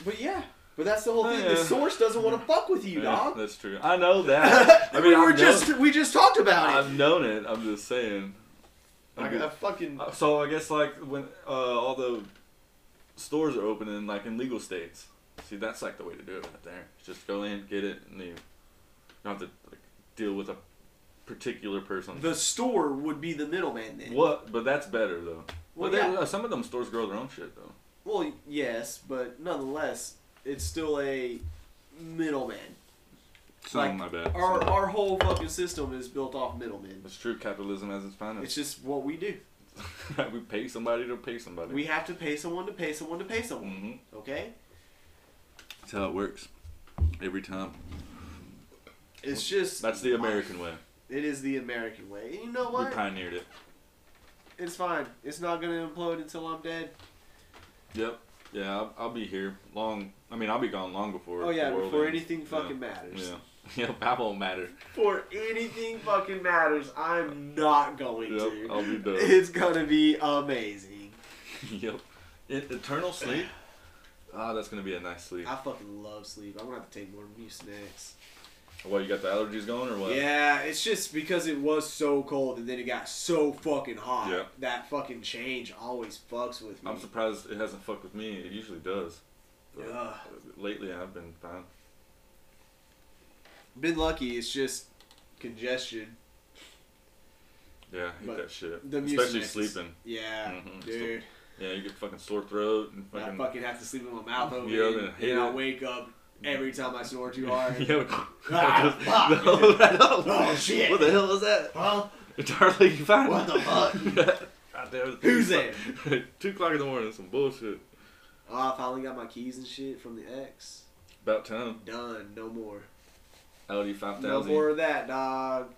Speaker 2: But yeah, but that's the whole thing. The
Speaker 1: Uh, Yeah.
Speaker 2: source doesn't want to fuck with you,
Speaker 1: Yeah,
Speaker 2: dog.
Speaker 1: That's true. I know that. I mean,
Speaker 2: we
Speaker 1: I've
Speaker 2: were
Speaker 1: known-
Speaker 2: just we just talked about it.
Speaker 1: I've known it. I'm just saying.
Speaker 2: I, I fucking
Speaker 1: Uh, So I guess like when uh, all the stores are opening like in legal states. See, that's like the way to do it right there. Just go in, get it, and leave. You don't have to like deal with a particular person.
Speaker 2: the store would be the middleman then.
Speaker 1: what? But that's better though. Well,
Speaker 2: Well,
Speaker 1: they,
Speaker 2: yeah.
Speaker 1: uh, some of them stores grow their own shit though.
Speaker 2: Well, yes, but nonetheless, it's still a middleman.
Speaker 1: Some,
Speaker 2: Like,
Speaker 1: I bet.
Speaker 2: Our
Speaker 1: Some.
Speaker 2: our whole fucking system is built off middlemen.
Speaker 1: it's true capitalism as its
Speaker 2: It's
Speaker 1: finest.
Speaker 2: just what we do.
Speaker 1: we pay somebody to pay somebody.
Speaker 2: We have to pay someone to pay someone to pay someone.
Speaker 1: hmm
Speaker 2: Okay,
Speaker 1: That's how it works. Every time.
Speaker 2: it's just
Speaker 1: That's the American way.
Speaker 2: It is the American way. And you know
Speaker 1: We
Speaker 2: what?
Speaker 1: pioneered it.
Speaker 2: It's fine. It's not gonna implode until I'm dead.
Speaker 1: Yep. Yeah, I'll, I'll be here long. I mean, I'll be gone long before.
Speaker 2: Oh yeah,
Speaker 1: the world
Speaker 2: before
Speaker 1: ends.
Speaker 2: anything
Speaker 1: Yeah.
Speaker 2: fucking matters.
Speaker 1: Yeah. Yeah, that won't matter.
Speaker 2: Before anything fucking matters, I'm not going
Speaker 1: Yep,
Speaker 2: to.
Speaker 1: I'll be done.
Speaker 2: It's gonna be amazing.
Speaker 1: yep. It, eternal sleep. Ah, that's gonna be a nice sleep.
Speaker 2: I fucking love sleep. I'm gonna have to take more muse next.
Speaker 1: Well, you got the allergies going or what?
Speaker 2: Yeah, it's just because it was so cold and then it got so fucking hot.
Speaker 1: Yeah.
Speaker 2: That fucking change always fucks with me.
Speaker 1: I'm surprised it hasn't fucked with me. It usually does. But
Speaker 2: Ugh.
Speaker 1: Lately, I've been fine.
Speaker 2: Been lucky, it's just congestion.
Speaker 1: Yeah, I hate
Speaker 2: But
Speaker 1: that shit.
Speaker 2: the
Speaker 1: Especially
Speaker 2: mucinex.
Speaker 1: sleeping.
Speaker 2: Yeah,
Speaker 1: Mhm.
Speaker 2: dude.
Speaker 1: Yeah, you get fucking sore throat and
Speaker 2: I
Speaker 1: fucking.
Speaker 2: fucking have to sleep with my mouth open.
Speaker 1: Yeah, then
Speaker 2: and
Speaker 1: hit
Speaker 2: I
Speaker 1: it.
Speaker 2: wake up every time I snore too hard.
Speaker 1: yeah.
Speaker 2: Ah,
Speaker 1: just-
Speaker 2: fuck.
Speaker 1: No, I know.
Speaker 2: Oh, shit.
Speaker 1: What the hell was that?
Speaker 2: Huh?
Speaker 1: Darling, you fine?
Speaker 2: What the fuck?
Speaker 1: God damn it.
Speaker 2: Who's there?
Speaker 1: Two o'clock in the morning. Some bullshit.
Speaker 2: Oh, I finally got my keys and shit from the ex.
Speaker 1: About time.
Speaker 2: Done. No more.
Speaker 1: Audi five
Speaker 2: No
Speaker 1: thousand.
Speaker 2: more of that, dog.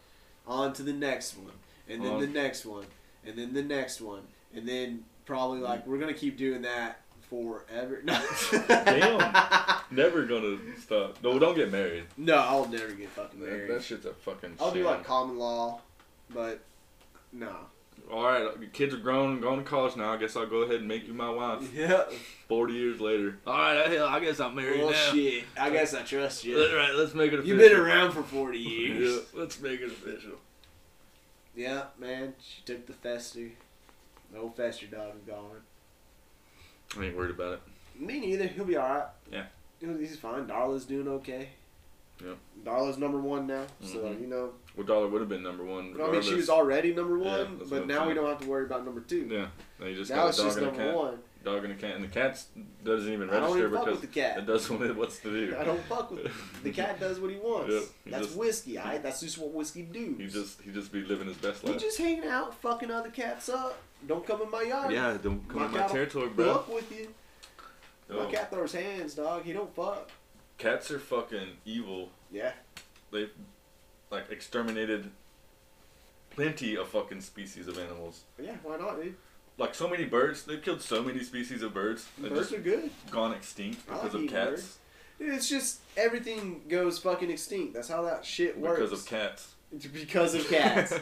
Speaker 2: On to the next one, and then
Speaker 1: On.
Speaker 2: the next one, and then the next one, and then probably like we're gonna keep doing that forever. No.
Speaker 1: Damn. Never gonna stop. No, don't get married.
Speaker 2: No, I'll never get fucking
Speaker 1: That,
Speaker 2: married.
Speaker 1: that shit's a fucking.
Speaker 2: I'll do
Speaker 1: shame.
Speaker 2: like common law, but no.
Speaker 1: All right, your kids are grown, going to college now. I guess I'll go ahead and make you my wife.
Speaker 2: Yeah.
Speaker 1: Forty years later. All right, hell, I guess I'm married now.
Speaker 2: Bullshit. I guess I trust
Speaker 1: All
Speaker 2: you.
Speaker 1: right, let's make it official.
Speaker 2: You've been around for forty years.
Speaker 1: Yeah, let's make it official.
Speaker 2: Yeah, man. She took the fester. The old fester dog is gone.
Speaker 1: I ain't worried about it.
Speaker 2: Me neither. He'll be all right.
Speaker 1: Yeah.
Speaker 2: He'll- He's fine. Darla's doing okay.
Speaker 1: Yep.
Speaker 2: Darla's number one now, so
Speaker 1: Mhm.
Speaker 2: you know.
Speaker 1: Well, Dollar would have been number one.
Speaker 2: I mean, she was
Speaker 1: regardless.
Speaker 2: already number
Speaker 1: Yeah,
Speaker 2: one,
Speaker 1: that's what
Speaker 2: but
Speaker 1: I'm
Speaker 2: now we
Speaker 1: saying.
Speaker 2: don't have to worry about number two.
Speaker 1: Yeah. Now you just
Speaker 2: now
Speaker 1: got
Speaker 2: it's
Speaker 1: a dog
Speaker 2: just
Speaker 1: and a
Speaker 2: number
Speaker 1: cat.
Speaker 2: one.
Speaker 1: Dog and a cat, and the cat doesn't even
Speaker 2: I don't
Speaker 1: register
Speaker 2: even fuck
Speaker 1: because
Speaker 2: with the cat.
Speaker 1: it does what it wants to do.
Speaker 2: I don't fuck with it. the cat. Does what he wants.
Speaker 1: Yep, he
Speaker 2: That's
Speaker 1: just-
Speaker 2: whiskey. I. That's just what whiskey do.
Speaker 1: He just he just be living his best
Speaker 2: he
Speaker 1: life.
Speaker 2: just hanging out, fucking other cats up. Don't come in my yard.
Speaker 1: Yeah, don't come
Speaker 2: My
Speaker 1: in my
Speaker 2: cat will
Speaker 1: territory, bro. Oh.
Speaker 2: fuck with you.
Speaker 1: No.
Speaker 2: My cat throws hands, dog. He don't fuck.
Speaker 1: Cats are fucking evil.
Speaker 2: Yeah.
Speaker 1: They've like exterminated plenty of fucking species of animals.
Speaker 2: Yeah. Why not, dude?
Speaker 1: Like so many birds, they've killed so many species of birds. They've
Speaker 2: Birds
Speaker 1: just
Speaker 2: are good.
Speaker 1: gone extinct
Speaker 2: I like
Speaker 1: because of
Speaker 2: eating
Speaker 1: cats.
Speaker 2: birds. It's just everything goes fucking extinct. That's how that shit works.
Speaker 1: Because of cats.
Speaker 2: cats. Because of cats.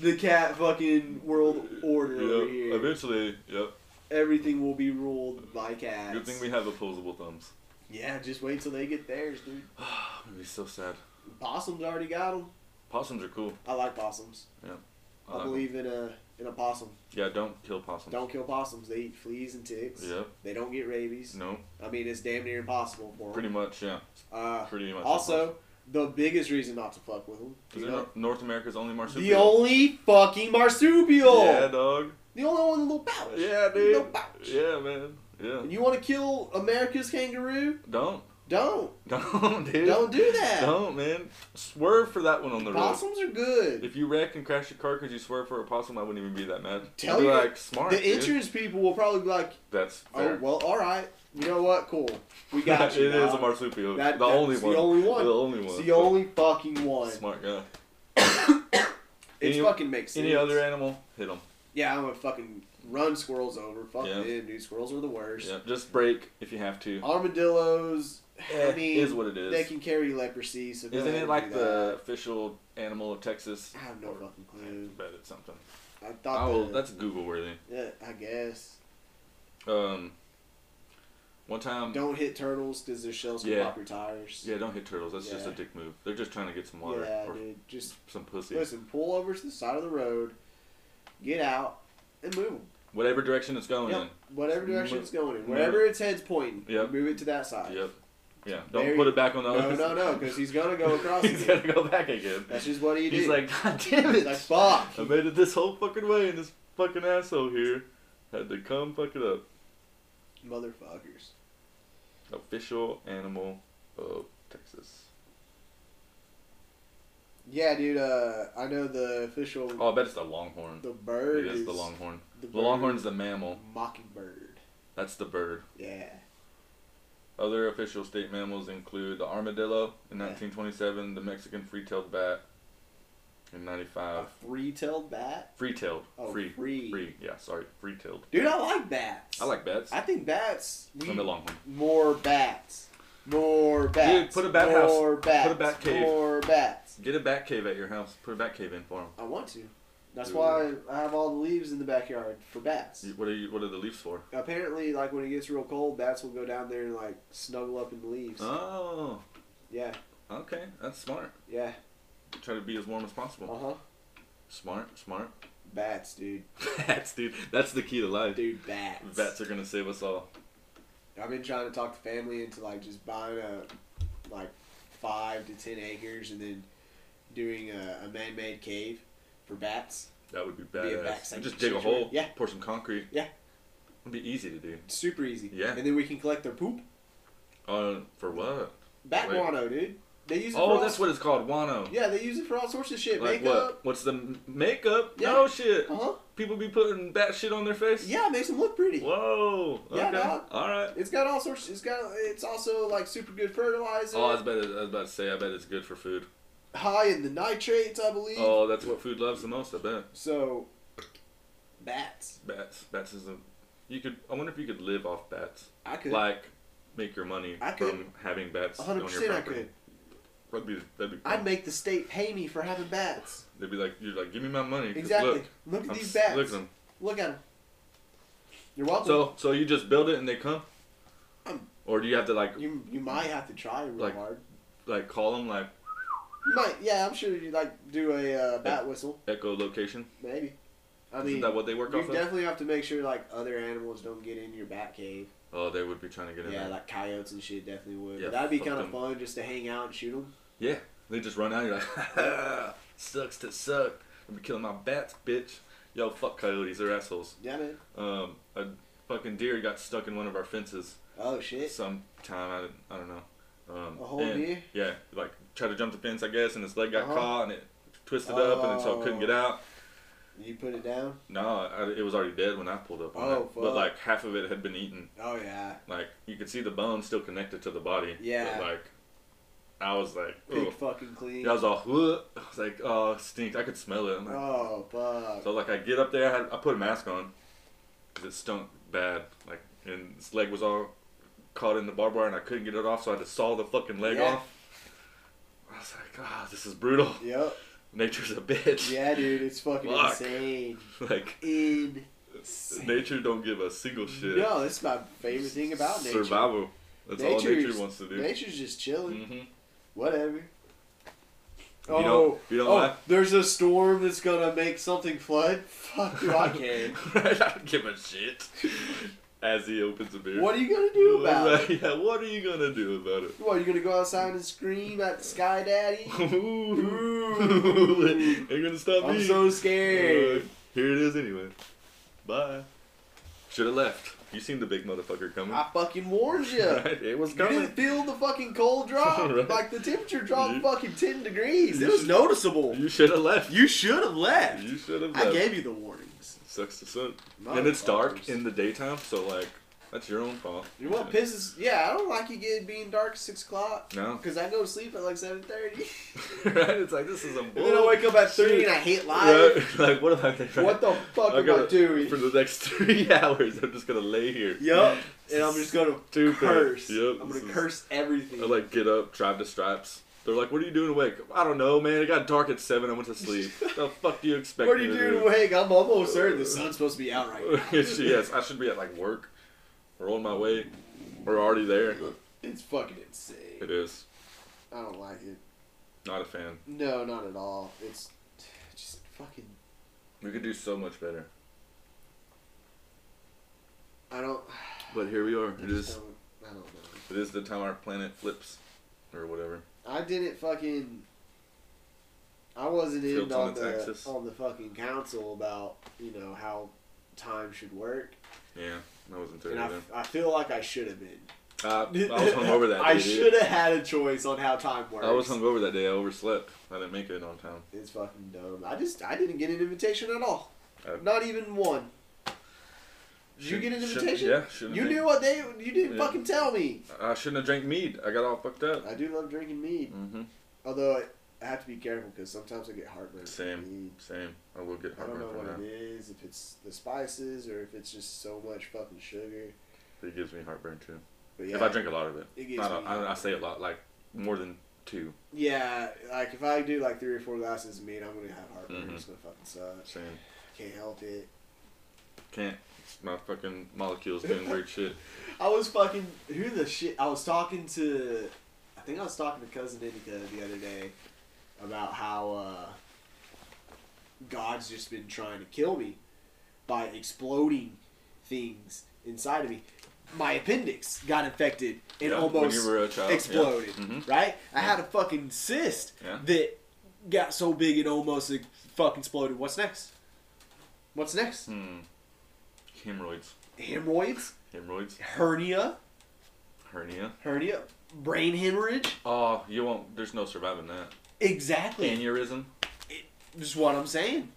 Speaker 2: the cat fucking world order over
Speaker 1: Yep,
Speaker 2: here.
Speaker 1: Eventually, yep.
Speaker 2: Everything will be ruled by cats.
Speaker 1: Good thing we have opposable thumbs.
Speaker 2: Yeah, just wait till they get theirs, dude.
Speaker 1: I'm gonna be so sad.
Speaker 2: Possums already got them.
Speaker 1: Possums are cool.
Speaker 2: I like possums.
Speaker 1: I
Speaker 2: I
Speaker 1: like 'em.
Speaker 2: believe in a in a possum.
Speaker 1: Yeah, don't kill possums.
Speaker 2: Don't kill possums. They eat fleas and ticks.
Speaker 1: Yeah.
Speaker 2: They don't get rabies.
Speaker 1: No.
Speaker 2: I mean, it's damn near impossible for them.
Speaker 1: Pretty much. Yeah.
Speaker 2: uh,
Speaker 1: Pretty much.
Speaker 2: also, the biggest reason not to fuck with them.
Speaker 1: Is there no- North America's only marsupial?
Speaker 2: The only fucking marsupial.
Speaker 1: Yeah, dog.
Speaker 2: The only one with a little pouch.
Speaker 1: Yeah,
Speaker 2: With a Little
Speaker 1: dude.
Speaker 2: pouch.
Speaker 1: Yeah, man. Yeah.
Speaker 2: And you want to kill America's kangaroo?
Speaker 1: Don't.
Speaker 2: Don't.
Speaker 1: Don't, dude.
Speaker 2: Don't do that.
Speaker 1: Don't, man. Swerve for that one on the road.
Speaker 2: Possums are good.
Speaker 1: If you wreck and crash your car because you swerved for a possum, I wouldn't even be that mad.
Speaker 2: Tell
Speaker 1: I'd be
Speaker 2: you-
Speaker 1: like, smart.
Speaker 2: the
Speaker 1: dude.
Speaker 2: insurance people will probably be like,
Speaker 1: That's
Speaker 2: "Oh
Speaker 1: fair.
Speaker 2: well, all right. You know what? Cool. We got you.
Speaker 1: It is a
Speaker 2: dog.
Speaker 1: marsupial.
Speaker 2: That-
Speaker 1: the
Speaker 2: that's
Speaker 1: only
Speaker 2: the
Speaker 1: one.
Speaker 2: only one.
Speaker 1: The only one.
Speaker 2: It's the only fucking one.
Speaker 1: Smart guy.
Speaker 2: It
Speaker 1: Any-
Speaker 2: fucking makes sense.
Speaker 1: Any other animal, hit them.
Speaker 2: Yeah, I'm gonna fucking run squirrels over. Fuck
Speaker 1: Yeah.
Speaker 2: them, dude. Squirrels are the worst.
Speaker 1: Yeah, just break if you have to.
Speaker 2: Armadillos.
Speaker 1: Eh,
Speaker 2: I mean,
Speaker 1: is what it is.
Speaker 2: They can carry leprosy, so go
Speaker 1: Isn't
Speaker 2: ahead
Speaker 1: it
Speaker 2: and
Speaker 1: like
Speaker 2: do that.
Speaker 1: the official animal of Texas?
Speaker 2: I have no fucking clue.
Speaker 1: bet it's something.
Speaker 2: I thought.
Speaker 1: Oh,
Speaker 2: that-
Speaker 1: that's Google worthy.
Speaker 2: Yeah, I guess.
Speaker 1: Um, one time,
Speaker 2: Don't hit turtles because their shells can
Speaker 1: Yeah.
Speaker 2: pop your tires.
Speaker 1: yeah, don't hit turtles. That's just a
Speaker 2: Yeah.
Speaker 1: dick move. They're just trying to get some water
Speaker 2: Yeah,
Speaker 1: or
Speaker 2: dude. Just
Speaker 1: some pussy.
Speaker 2: listen. Pull over to the side of the road. Get out and move 'em.
Speaker 1: Whatever direction it's going
Speaker 2: Yep. Whatever direction
Speaker 1: Mo-
Speaker 2: it's going in,
Speaker 1: move
Speaker 2: wherever its head's pointing,
Speaker 1: Yep.
Speaker 2: move it to that side.
Speaker 1: in. Yep. Yeah. Don't
Speaker 2: There
Speaker 1: put
Speaker 2: you-
Speaker 1: it back on the.
Speaker 2: No,
Speaker 1: other
Speaker 2: no,
Speaker 1: side.
Speaker 2: no, because he's gonna go across.
Speaker 1: He's
Speaker 2: again.
Speaker 1: gonna go back again.
Speaker 2: That's just what he did.
Speaker 1: He's like, Um, God damn it!
Speaker 2: He's like, fuck.
Speaker 1: I made it this whole fucking way, and this fucking asshole here had to come fuck it up.
Speaker 2: motherfuckers.
Speaker 1: Official animal of Texas.
Speaker 2: Yeah, dude. Uh, I know the official.
Speaker 1: Oh, I bet it's the longhorn.
Speaker 2: the bird
Speaker 1: It is the longhorn.
Speaker 2: The,
Speaker 1: The longhorn's the mammal.
Speaker 2: mockingbird.
Speaker 1: That's the bird.
Speaker 2: Yeah.
Speaker 1: Other official state mammals include the armadillo in
Speaker 2: Yeah.
Speaker 1: 1927, the Mexican free-tailed bat in
Speaker 2: A
Speaker 1: 95.
Speaker 2: free-tailed bat.
Speaker 1: Free-tailed.
Speaker 2: Oh,
Speaker 1: Oh. free.
Speaker 2: free.
Speaker 1: Free. Yeah, sorry. Free-tailed.
Speaker 2: Dude, I like bats.
Speaker 1: I like bats.
Speaker 2: I think bats. We
Speaker 1: I'm the longhorn.
Speaker 2: more bats. More bats.
Speaker 1: put a bat house.
Speaker 2: more Bats.
Speaker 1: Put a bat cave.
Speaker 2: More bats.
Speaker 1: Get a bat cave at your house. Put a bat cave in for them.
Speaker 2: I want to. That's
Speaker 1: Dude.
Speaker 2: why I have all the leaves in the backyard for bats.
Speaker 1: What are you? What are the leaves for?
Speaker 2: Apparently, like when it gets real cold, bats will go down there and like snuggle up in the leaves.
Speaker 1: Oh,
Speaker 2: Yeah,
Speaker 1: okay. That's smart.
Speaker 2: yeah.
Speaker 1: Try to be as warm as
Speaker 2: Uh
Speaker 1: possible.
Speaker 2: huh.
Speaker 1: Smart. Smart.
Speaker 2: Bats, dude.
Speaker 1: Bats, dude. That's the key to life.
Speaker 2: Dude, bats.
Speaker 1: Bats are gonna save us all.
Speaker 2: I've been trying to talk the family into like just buying a like five to ten acres and then doing a, a man-made cave for bats.
Speaker 1: That would be
Speaker 2: Be a bat
Speaker 1: badass.
Speaker 2: sanctuary.
Speaker 1: just dig a hole.
Speaker 2: Yeah.
Speaker 1: Pour some concrete.
Speaker 2: Yeah.
Speaker 1: It'd be easy to do.
Speaker 2: Super easy.
Speaker 1: Yeah.
Speaker 2: And then we can collect their poop.
Speaker 1: Uh, for what?
Speaker 2: Bat
Speaker 1: Wait.
Speaker 2: guano, dude. They use it. for
Speaker 1: Oh,
Speaker 2: all-
Speaker 1: that's what it's called, Wano.
Speaker 2: Yeah, they use it for all sorts of shit.
Speaker 1: Like
Speaker 2: Makeup.
Speaker 1: what? What's the m- makeup?
Speaker 2: Yeah.
Speaker 1: No shit.
Speaker 2: Uh huh.
Speaker 1: People be putting bat shit on their face.
Speaker 2: Yeah, it makes them look pretty.
Speaker 1: Whoa. Okay.
Speaker 2: Yeah, dog.
Speaker 1: All right.
Speaker 2: It's got all sorts. It's got. It's also like super good fertilizer.
Speaker 1: Oh, I was, about to, I was about to say. I bet it's good for food.
Speaker 2: high in the nitrates, I believe.
Speaker 1: Oh, that's what food loves the most. I bet
Speaker 2: So, bats.
Speaker 1: bats. Bats is a. You could. I wonder if you could live off bats.
Speaker 2: I could.
Speaker 1: Like, make your money
Speaker 2: I could.
Speaker 1: from having bats on your
Speaker 2: 100%
Speaker 1: property.
Speaker 2: I could.
Speaker 1: That'd be. That'd be. Cool.
Speaker 2: I'd make the state pay me for having bats.
Speaker 1: They'd be like, you're like, give me my money. 'cause
Speaker 2: Exactly. Look,
Speaker 1: Look,
Speaker 2: at
Speaker 1: I'm
Speaker 2: these
Speaker 1: s-
Speaker 2: bats.
Speaker 1: Look at them.
Speaker 2: Look at them. You're welcome.
Speaker 1: So, so you just build it and they come,
Speaker 2: Um,
Speaker 1: or do you have to like,
Speaker 2: you you might have to try real
Speaker 1: Like-
Speaker 2: hard.
Speaker 1: like call them like
Speaker 2: You might. Yeah, I'm sure you like do a uh, bat whistle.
Speaker 1: echolocation?
Speaker 2: Maybe. I
Speaker 1: Isn't
Speaker 2: mean,
Speaker 1: that what they work
Speaker 2: you
Speaker 1: off of?
Speaker 2: definitely have to make sure like other animals don't get in your bat cave.
Speaker 1: Oh, they would be trying to get in
Speaker 2: Yeah,
Speaker 1: there.
Speaker 2: like coyotes and shit definitely would.
Speaker 1: Yeah,
Speaker 2: but that'd be
Speaker 1: fuck
Speaker 2: kind of
Speaker 1: them.
Speaker 2: fun just to hang out and shoot them.
Speaker 1: yeah, they just run out. You're like, sucks to suck. i be killing my bats, bitch. Yo, fuck coyotes. They're assholes.
Speaker 2: Yeah, man.
Speaker 1: Um, a fucking deer got stuck in one of our fences
Speaker 2: Oh shit.
Speaker 1: sometime. I don't, I don't know. Um,
Speaker 2: A whole
Speaker 1: and-
Speaker 2: deer?
Speaker 1: Yeah, like tried to jump the fence, I guess, and his leg got
Speaker 2: Uh-huh. Oh.
Speaker 1: caught and it twisted up, and then so it couldn't get out.
Speaker 2: You put it down.
Speaker 1: No, I, it was already dead when I pulled up on
Speaker 2: Oh,
Speaker 1: it.
Speaker 2: fuck.
Speaker 1: But like half of it had been eaten.
Speaker 2: Oh yeah.
Speaker 1: Like you could see the bone still connected to the body.
Speaker 2: Yeah.
Speaker 1: But, like I was like,
Speaker 2: Pig
Speaker 1: Ugh.
Speaker 2: fucking clean.
Speaker 1: Yeah, I was all, Ugh. I was like, oh, it stinks. I could smell it. I'm like,
Speaker 2: Oh fuck.
Speaker 1: So like I get up there, I, had, I put a mask on, 'cause it stunk bad. Like and his leg was all caught in the barbed wire, and I couldn't get it off, so I had to saw the fucking leg
Speaker 2: Yeah.
Speaker 1: off. I was like, ah, this is brutal.
Speaker 2: Yep.
Speaker 1: Nature's a bitch.
Speaker 2: Yeah, dude, it's fucking
Speaker 1: Fuck.
Speaker 2: insane.
Speaker 1: like
Speaker 2: Insane.
Speaker 1: nature don't give a single shit.
Speaker 2: No, that's my favorite thing about nature.
Speaker 1: Survival. That's all
Speaker 2: Nature's-
Speaker 1: nature wants to do.
Speaker 2: Nature's just chilling.
Speaker 1: hmm
Speaker 2: Whatever.
Speaker 1: don't- you don't
Speaker 2: oh,
Speaker 1: laugh?
Speaker 2: there's a storm that's gonna make something flood. Fuck do I care?
Speaker 1: right, I don't give a shit. As he opens a beer.
Speaker 2: what are you gonna do about it?
Speaker 1: Yeah, what are you gonna do about it?
Speaker 2: What, are you gonna go outside and scream at the sky daddy?
Speaker 1: Ooh. They're gonna stop
Speaker 2: I'm
Speaker 1: me.
Speaker 2: so
Speaker 1: Uh,
Speaker 2: scared.
Speaker 1: here it is anyway. Bye. Should have left. You seen the big motherfucker coming.
Speaker 2: I fucking warned you.
Speaker 1: Right, It was
Speaker 2: You
Speaker 1: coming.
Speaker 2: didn't feel the fucking cold drop.
Speaker 1: Right.
Speaker 2: Like the temperature dropped
Speaker 1: You-
Speaker 2: fucking 10 degrees.
Speaker 1: You
Speaker 2: It was
Speaker 1: should-
Speaker 2: noticeable.
Speaker 1: You should have left.
Speaker 2: You should have left.
Speaker 1: You should have left.
Speaker 2: I gave you the warnings.
Speaker 1: Sucks to suck. And it's dark
Speaker 2: Motherfuckers.
Speaker 1: in the daytime, so like that's your own fault.
Speaker 2: You know what pisses? Yeah, I don't like it getting being dark at six o'clock.
Speaker 1: No.
Speaker 2: Cause I go to sleep at like seven thirty,
Speaker 1: right? It's like this is a
Speaker 2: and then I wake up at three and I hate life.
Speaker 1: Right? Like what am I gonna try?
Speaker 2: What the fuck
Speaker 1: I
Speaker 2: am I
Speaker 1: gotta-
Speaker 2: doing?
Speaker 1: For the next three hours, I'm just gonna lay here.
Speaker 2: Yup. And I'm just gonna
Speaker 1: Stupid.
Speaker 2: curse.
Speaker 1: Yup,
Speaker 2: I'm
Speaker 1: this
Speaker 2: gonna
Speaker 1: is-
Speaker 2: curse everything.
Speaker 1: I like get up, drive to Straps. They're like, "What are you doing awake?" I don't know, man. It got dark at seven. I went to sleep. the fuck do you expect?
Speaker 2: what are
Speaker 1: me
Speaker 2: you
Speaker 1: to
Speaker 2: doing awake? I'm almost certain the sun's supposed to be out right now.
Speaker 1: do? yes, I should be at like work or on my way. We're already there.
Speaker 2: It's fucking insane.
Speaker 1: It is
Speaker 2: I don't like it.
Speaker 1: not a fan.
Speaker 2: No, not at all. It's just fucking.
Speaker 1: We could do so much better,
Speaker 2: I don't.
Speaker 1: but here we are.
Speaker 2: I
Speaker 1: It
Speaker 2: just
Speaker 1: is.
Speaker 2: don't, I don't know.
Speaker 1: It is the time our planet flips, or whatever.
Speaker 2: I didn't fucking. I wasn't in
Speaker 1: Flipped on
Speaker 2: on
Speaker 1: its
Speaker 2: the
Speaker 1: axis.
Speaker 2: on the fucking council about you know how time should work,
Speaker 1: Yeah, I wasn't there
Speaker 2: and I,
Speaker 1: either.
Speaker 2: I feel like I should have been.
Speaker 1: I, I was hungover that day.
Speaker 2: I
Speaker 1: dude.
Speaker 2: should have had a choice on how time works.
Speaker 1: I was hungover that day. I overslept. I didn't make it on time.
Speaker 2: It's fucking dumb. I just I didn't get an invitation at all.
Speaker 1: Uh,
Speaker 2: Not even one. Did you get an
Speaker 1: Shouldn't-
Speaker 2: invitation?
Speaker 1: Yeah, shouldn't
Speaker 2: You
Speaker 1: have
Speaker 2: knew what day. You didn't
Speaker 1: Yeah.
Speaker 2: fucking tell me.
Speaker 1: drank- I shouldn't have drank mead. I got all fucked up.
Speaker 2: I do love drinking mead,
Speaker 1: Mm-hmm.
Speaker 2: although I have to be careful because sometimes I get heartburn. from
Speaker 1: Same.
Speaker 2: mead.
Speaker 1: Same. I will get
Speaker 2: I don't
Speaker 1: heartburn
Speaker 2: know
Speaker 1: from
Speaker 2: what
Speaker 1: that.
Speaker 2: it is, if it's the spices or if it's just so much fucking sugar.
Speaker 1: It gives me heartburn too.
Speaker 2: But yeah,
Speaker 1: If I drink a lot of it,
Speaker 2: it
Speaker 1: I,
Speaker 2: gives
Speaker 1: don't,
Speaker 2: me-
Speaker 1: I, I say a lot, like more than two.
Speaker 2: yeah, like if I do like three or four glasses of meat, I'm gonna have heartburn.
Speaker 1: Mhm.
Speaker 2: It's gonna fucking suck.
Speaker 1: Same.
Speaker 2: Can't help it.
Speaker 1: Can't. My fucking molecules doing weird shit.
Speaker 2: I was fucking who the shit. I was talking to, I think I was talking to cousin Indica the other day about how uh, God's just been trying to kill me by exploding things inside of me. My appendix got infected and
Speaker 1: Yeah,
Speaker 2: almost
Speaker 1: when you were a child, yeah.
Speaker 2: exploded.
Speaker 1: Mhm.
Speaker 2: Right? I had a fucking cyst
Speaker 1: Yeah.
Speaker 2: that got so big it almost like, fucking exploded. What's next? What's next?
Speaker 1: Hmm. Hemorrhoids.
Speaker 2: Hemorrhoids,
Speaker 1: Hemorrhoids.
Speaker 2: hernia,
Speaker 1: Hernia.
Speaker 2: hernia, brain hemorrhage.
Speaker 1: Oh, you won't. There's no surviving that.
Speaker 2: Exactly.
Speaker 1: Aneurysm.
Speaker 2: Just what I'm saying.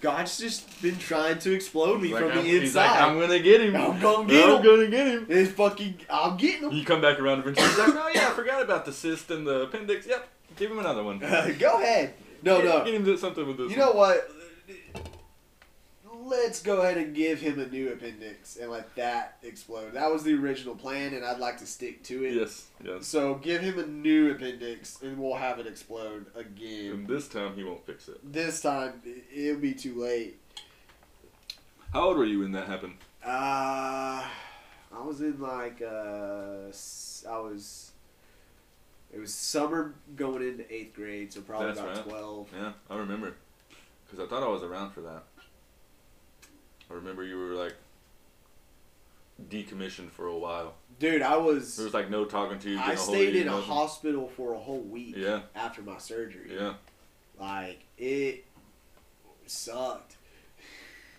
Speaker 2: God's just been trying to explode me
Speaker 1: He's like,
Speaker 2: from
Speaker 1: I'm-
Speaker 2: the
Speaker 1: he's like,
Speaker 2: inside.
Speaker 1: I'm gonna get him.
Speaker 2: I'm gonna get
Speaker 1: I'm
Speaker 2: him."
Speaker 1: gonna get him.
Speaker 2: it's fucking. I'm getting him.
Speaker 1: You come back around eventually. He's like, oh yeah, I forgot about the cyst and the appendix. Yep, give him another one.
Speaker 2: Go ahead. No,
Speaker 1: Get-
Speaker 2: no.
Speaker 1: Get him to something with this.
Speaker 2: You know
Speaker 1: one.
Speaker 2: what? Let's go ahead and give him a new appendix and let that explode. That was the original plan, and I'd like to stick to it.
Speaker 1: Yes, yes.
Speaker 2: So give him a new appendix, and we'll have it explode again.
Speaker 1: And this time he won't fix it.
Speaker 2: This time, it- it'll be too late.
Speaker 1: How old were you when that happened?
Speaker 2: Uh, I was in like uh, s- I was. It was summer going into eighth grade, so probably
Speaker 1: That's
Speaker 2: about
Speaker 1: right.
Speaker 2: twelve.
Speaker 1: Yeah, I remember. Because I thought I was around for that. I remember you were like, decommissioned for a while.
Speaker 2: Dude, I was.
Speaker 1: There was like no talking to you. getting
Speaker 2: I
Speaker 1: a hold of
Speaker 2: stayed
Speaker 1: you,
Speaker 2: in a
Speaker 1: nothing.
Speaker 2: hospital for a whole week
Speaker 1: Yeah.
Speaker 2: after my surgery.
Speaker 1: Yeah.
Speaker 2: Like it sucked.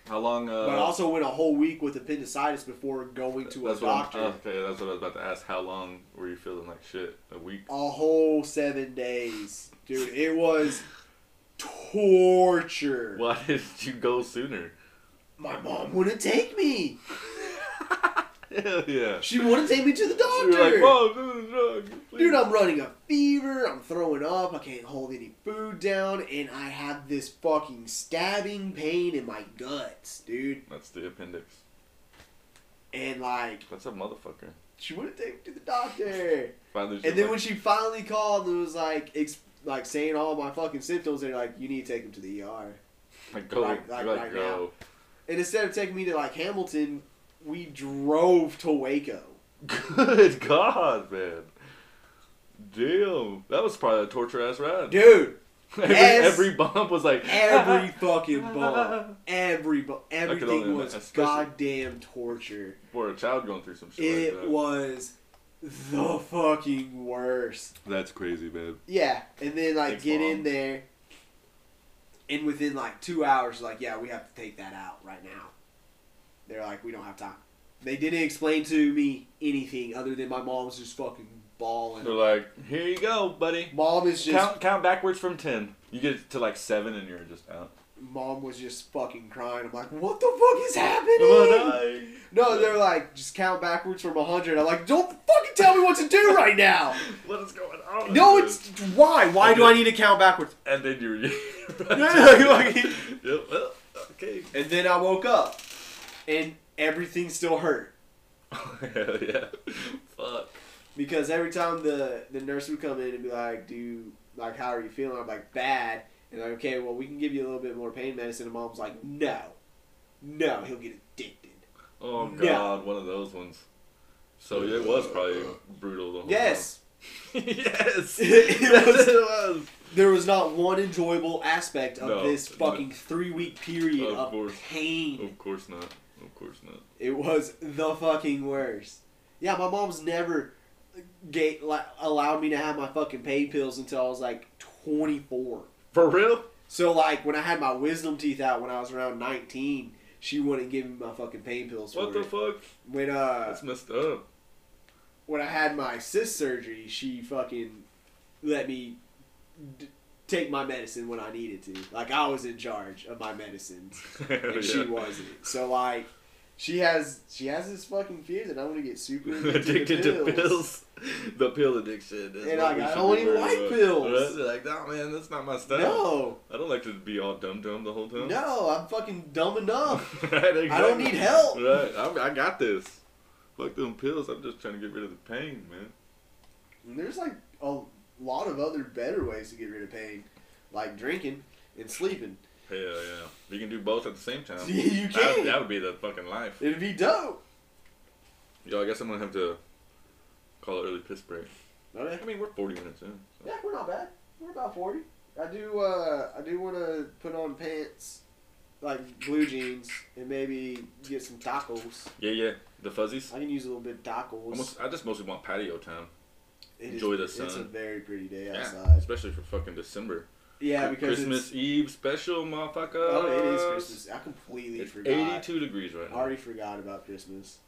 Speaker 1: How long? Uh,
Speaker 2: but I also went a whole week with appendicitis before going to a
Speaker 1: that's what I'm-
Speaker 2: doctor.
Speaker 1: okay, that's what I was about to ask. How long were you feeling like shit? A week?
Speaker 2: a whole seven days, dude. It was torture.
Speaker 1: Why didn't you go sooner?
Speaker 2: My mom wouldn't take me.
Speaker 1: Hell yeah.
Speaker 2: She wouldn't take me to the doctor.
Speaker 1: You're like, Mom, this is drug.
Speaker 2: Dude, I'm running a fever. I'm throwing up. I can't hold any food down, and I have this fucking stabbing pain in my guts, dude.
Speaker 1: That's the appendix.
Speaker 2: And like,
Speaker 1: That's a motherfucker.
Speaker 2: she wouldn't take me to the doctor.
Speaker 1: Finally, she's
Speaker 2: And then
Speaker 1: like,
Speaker 2: when she finally called and was like, ex- like saying all my fucking symptoms, they're like, you need to take him to the ER.
Speaker 1: like, go,
Speaker 2: like- like
Speaker 1: you're like,
Speaker 2: right
Speaker 1: go,
Speaker 2: And instead of taking me to like Hamilton, we drove to Waco.
Speaker 1: Good God, man. Damn, that was probably a torture ass ride.
Speaker 2: Dude,
Speaker 1: every,
Speaker 2: yes.
Speaker 1: every bump was like
Speaker 2: every fucking bump, every bu-
Speaker 1: only
Speaker 2: everything was
Speaker 1: especially-
Speaker 2: goddamn torture.
Speaker 1: for a child going through some shit. like
Speaker 2: It
Speaker 1: that.
Speaker 2: was the fucking worst.
Speaker 1: That's crazy, man.
Speaker 2: Yeah, and then like
Speaker 1: Takes
Speaker 2: get in
Speaker 1: long.
Speaker 2: there, and within like two hours, like yeah, we have to take that out right now. They're like, we don't have time. They didn't explain to me anything other than my mom's just fucking bawling.
Speaker 1: They're like, here you go, buddy.
Speaker 2: Mom is just
Speaker 1: count count backwards from ten. You get to like seven, and you're just out.
Speaker 2: mom was just fucking crying. I'm like, what the fuck is happening? No, they're like, just count backwards from hundred. I'm like, don't fucking tell me what to do right now.
Speaker 1: what is going on?
Speaker 2: no, it's why? Why do I need to count backwards?
Speaker 1: and then you're.
Speaker 2: like-
Speaker 1: Yep, well, okay.
Speaker 2: And then I woke up, and everything still hurt
Speaker 1: Hell yeah. Fuck.
Speaker 2: because every time the the nurse would come in and be like, "Do like how are you feeling?" I'm like, "Bad." And they're like, okay, well, we can give you a little bit more pain medicine. And mom's like, "No, no, he'll get addicted."
Speaker 1: Oh
Speaker 2: No.
Speaker 1: god, one of those ones. So it was probably brutal. The whole
Speaker 2: Yes,
Speaker 1: time. yes.
Speaker 2: It
Speaker 1: Yes,
Speaker 2: was-
Speaker 1: it was.
Speaker 2: There was not one enjoyable aspect of
Speaker 1: No,
Speaker 2: this
Speaker 1: no.
Speaker 2: fucking three week period
Speaker 1: Of
Speaker 2: of,
Speaker 1: course.
Speaker 2: pain.
Speaker 1: Of course not. Of course not.
Speaker 2: It was the fucking worst. Yeah, my mom's never gate like, allowed me to have my fucking pain pills until I was like 24.
Speaker 1: For real?
Speaker 2: So like when I had my wisdom teeth out when I was around 19, she wouldn't give me my fucking pain pills.
Speaker 1: What
Speaker 2: for
Speaker 1: the
Speaker 2: it.
Speaker 1: fuck?
Speaker 2: When uh
Speaker 1: That's messed up.
Speaker 2: when I had my cyst surgery, she fucking let me d- take my medicine when I needed to. Like I was in charge of my medicines.
Speaker 1: Hell
Speaker 2: and she
Speaker 1: yeah.
Speaker 2: wasn't. So like, she has she has this fucking fear that I'm gonna get super
Speaker 1: Addicted to pills. The pill addiction. is what
Speaker 2: And, like,
Speaker 1: we
Speaker 2: I
Speaker 1: should
Speaker 2: don't
Speaker 1: be
Speaker 2: even
Speaker 1: worried
Speaker 2: like
Speaker 1: about.
Speaker 2: pills.
Speaker 1: Right? They're like, nah, man, that's not my style.
Speaker 2: No,
Speaker 1: I don't like to be all dumb dumb the whole time.
Speaker 2: no, I'm fucking dumb enough.
Speaker 1: right, exactly.
Speaker 2: I don't need help.
Speaker 1: Right, I'm, I got this. Fuck them pills. I'm just trying to get rid of the pain, man.
Speaker 2: And There's like a lot of other better ways to get rid of pain, like drinking and sleeping.
Speaker 1: Hell yeah. If you can do both at the same time.
Speaker 2: Yeah, you
Speaker 1: That,
Speaker 2: can.
Speaker 1: that would be the fucking life.
Speaker 2: It'd be dope.
Speaker 1: Yo, I guess I'm gonna have to call it early piss break.
Speaker 2: Okay.
Speaker 1: I mean, we're 40 minutes in. so-
Speaker 2: uh, Yeah, we're not bad. We're about forty. I do. Uh, I do want to put on pants, like blue jeans, and maybe get some tacos.
Speaker 1: Yeah, yeah. The fuzzies.
Speaker 2: I can use a little bit of tacos.
Speaker 1: Almost, I just mostly want patio time.
Speaker 2: It is-
Speaker 1: Enjoy the
Speaker 2: It's a
Speaker 1: sun.
Speaker 2: very pretty day
Speaker 1: Yeah,
Speaker 2: outside.
Speaker 1: especially for fucking December.
Speaker 2: Yeah, because
Speaker 1: Christmas
Speaker 2: it's
Speaker 1: Eve special, motherfucker.
Speaker 2: oh, it is Christmas. I completely
Speaker 1: It's
Speaker 2: forgot.
Speaker 1: 82 degrees right
Speaker 2: I
Speaker 1: now.
Speaker 2: already forgot about Christmas.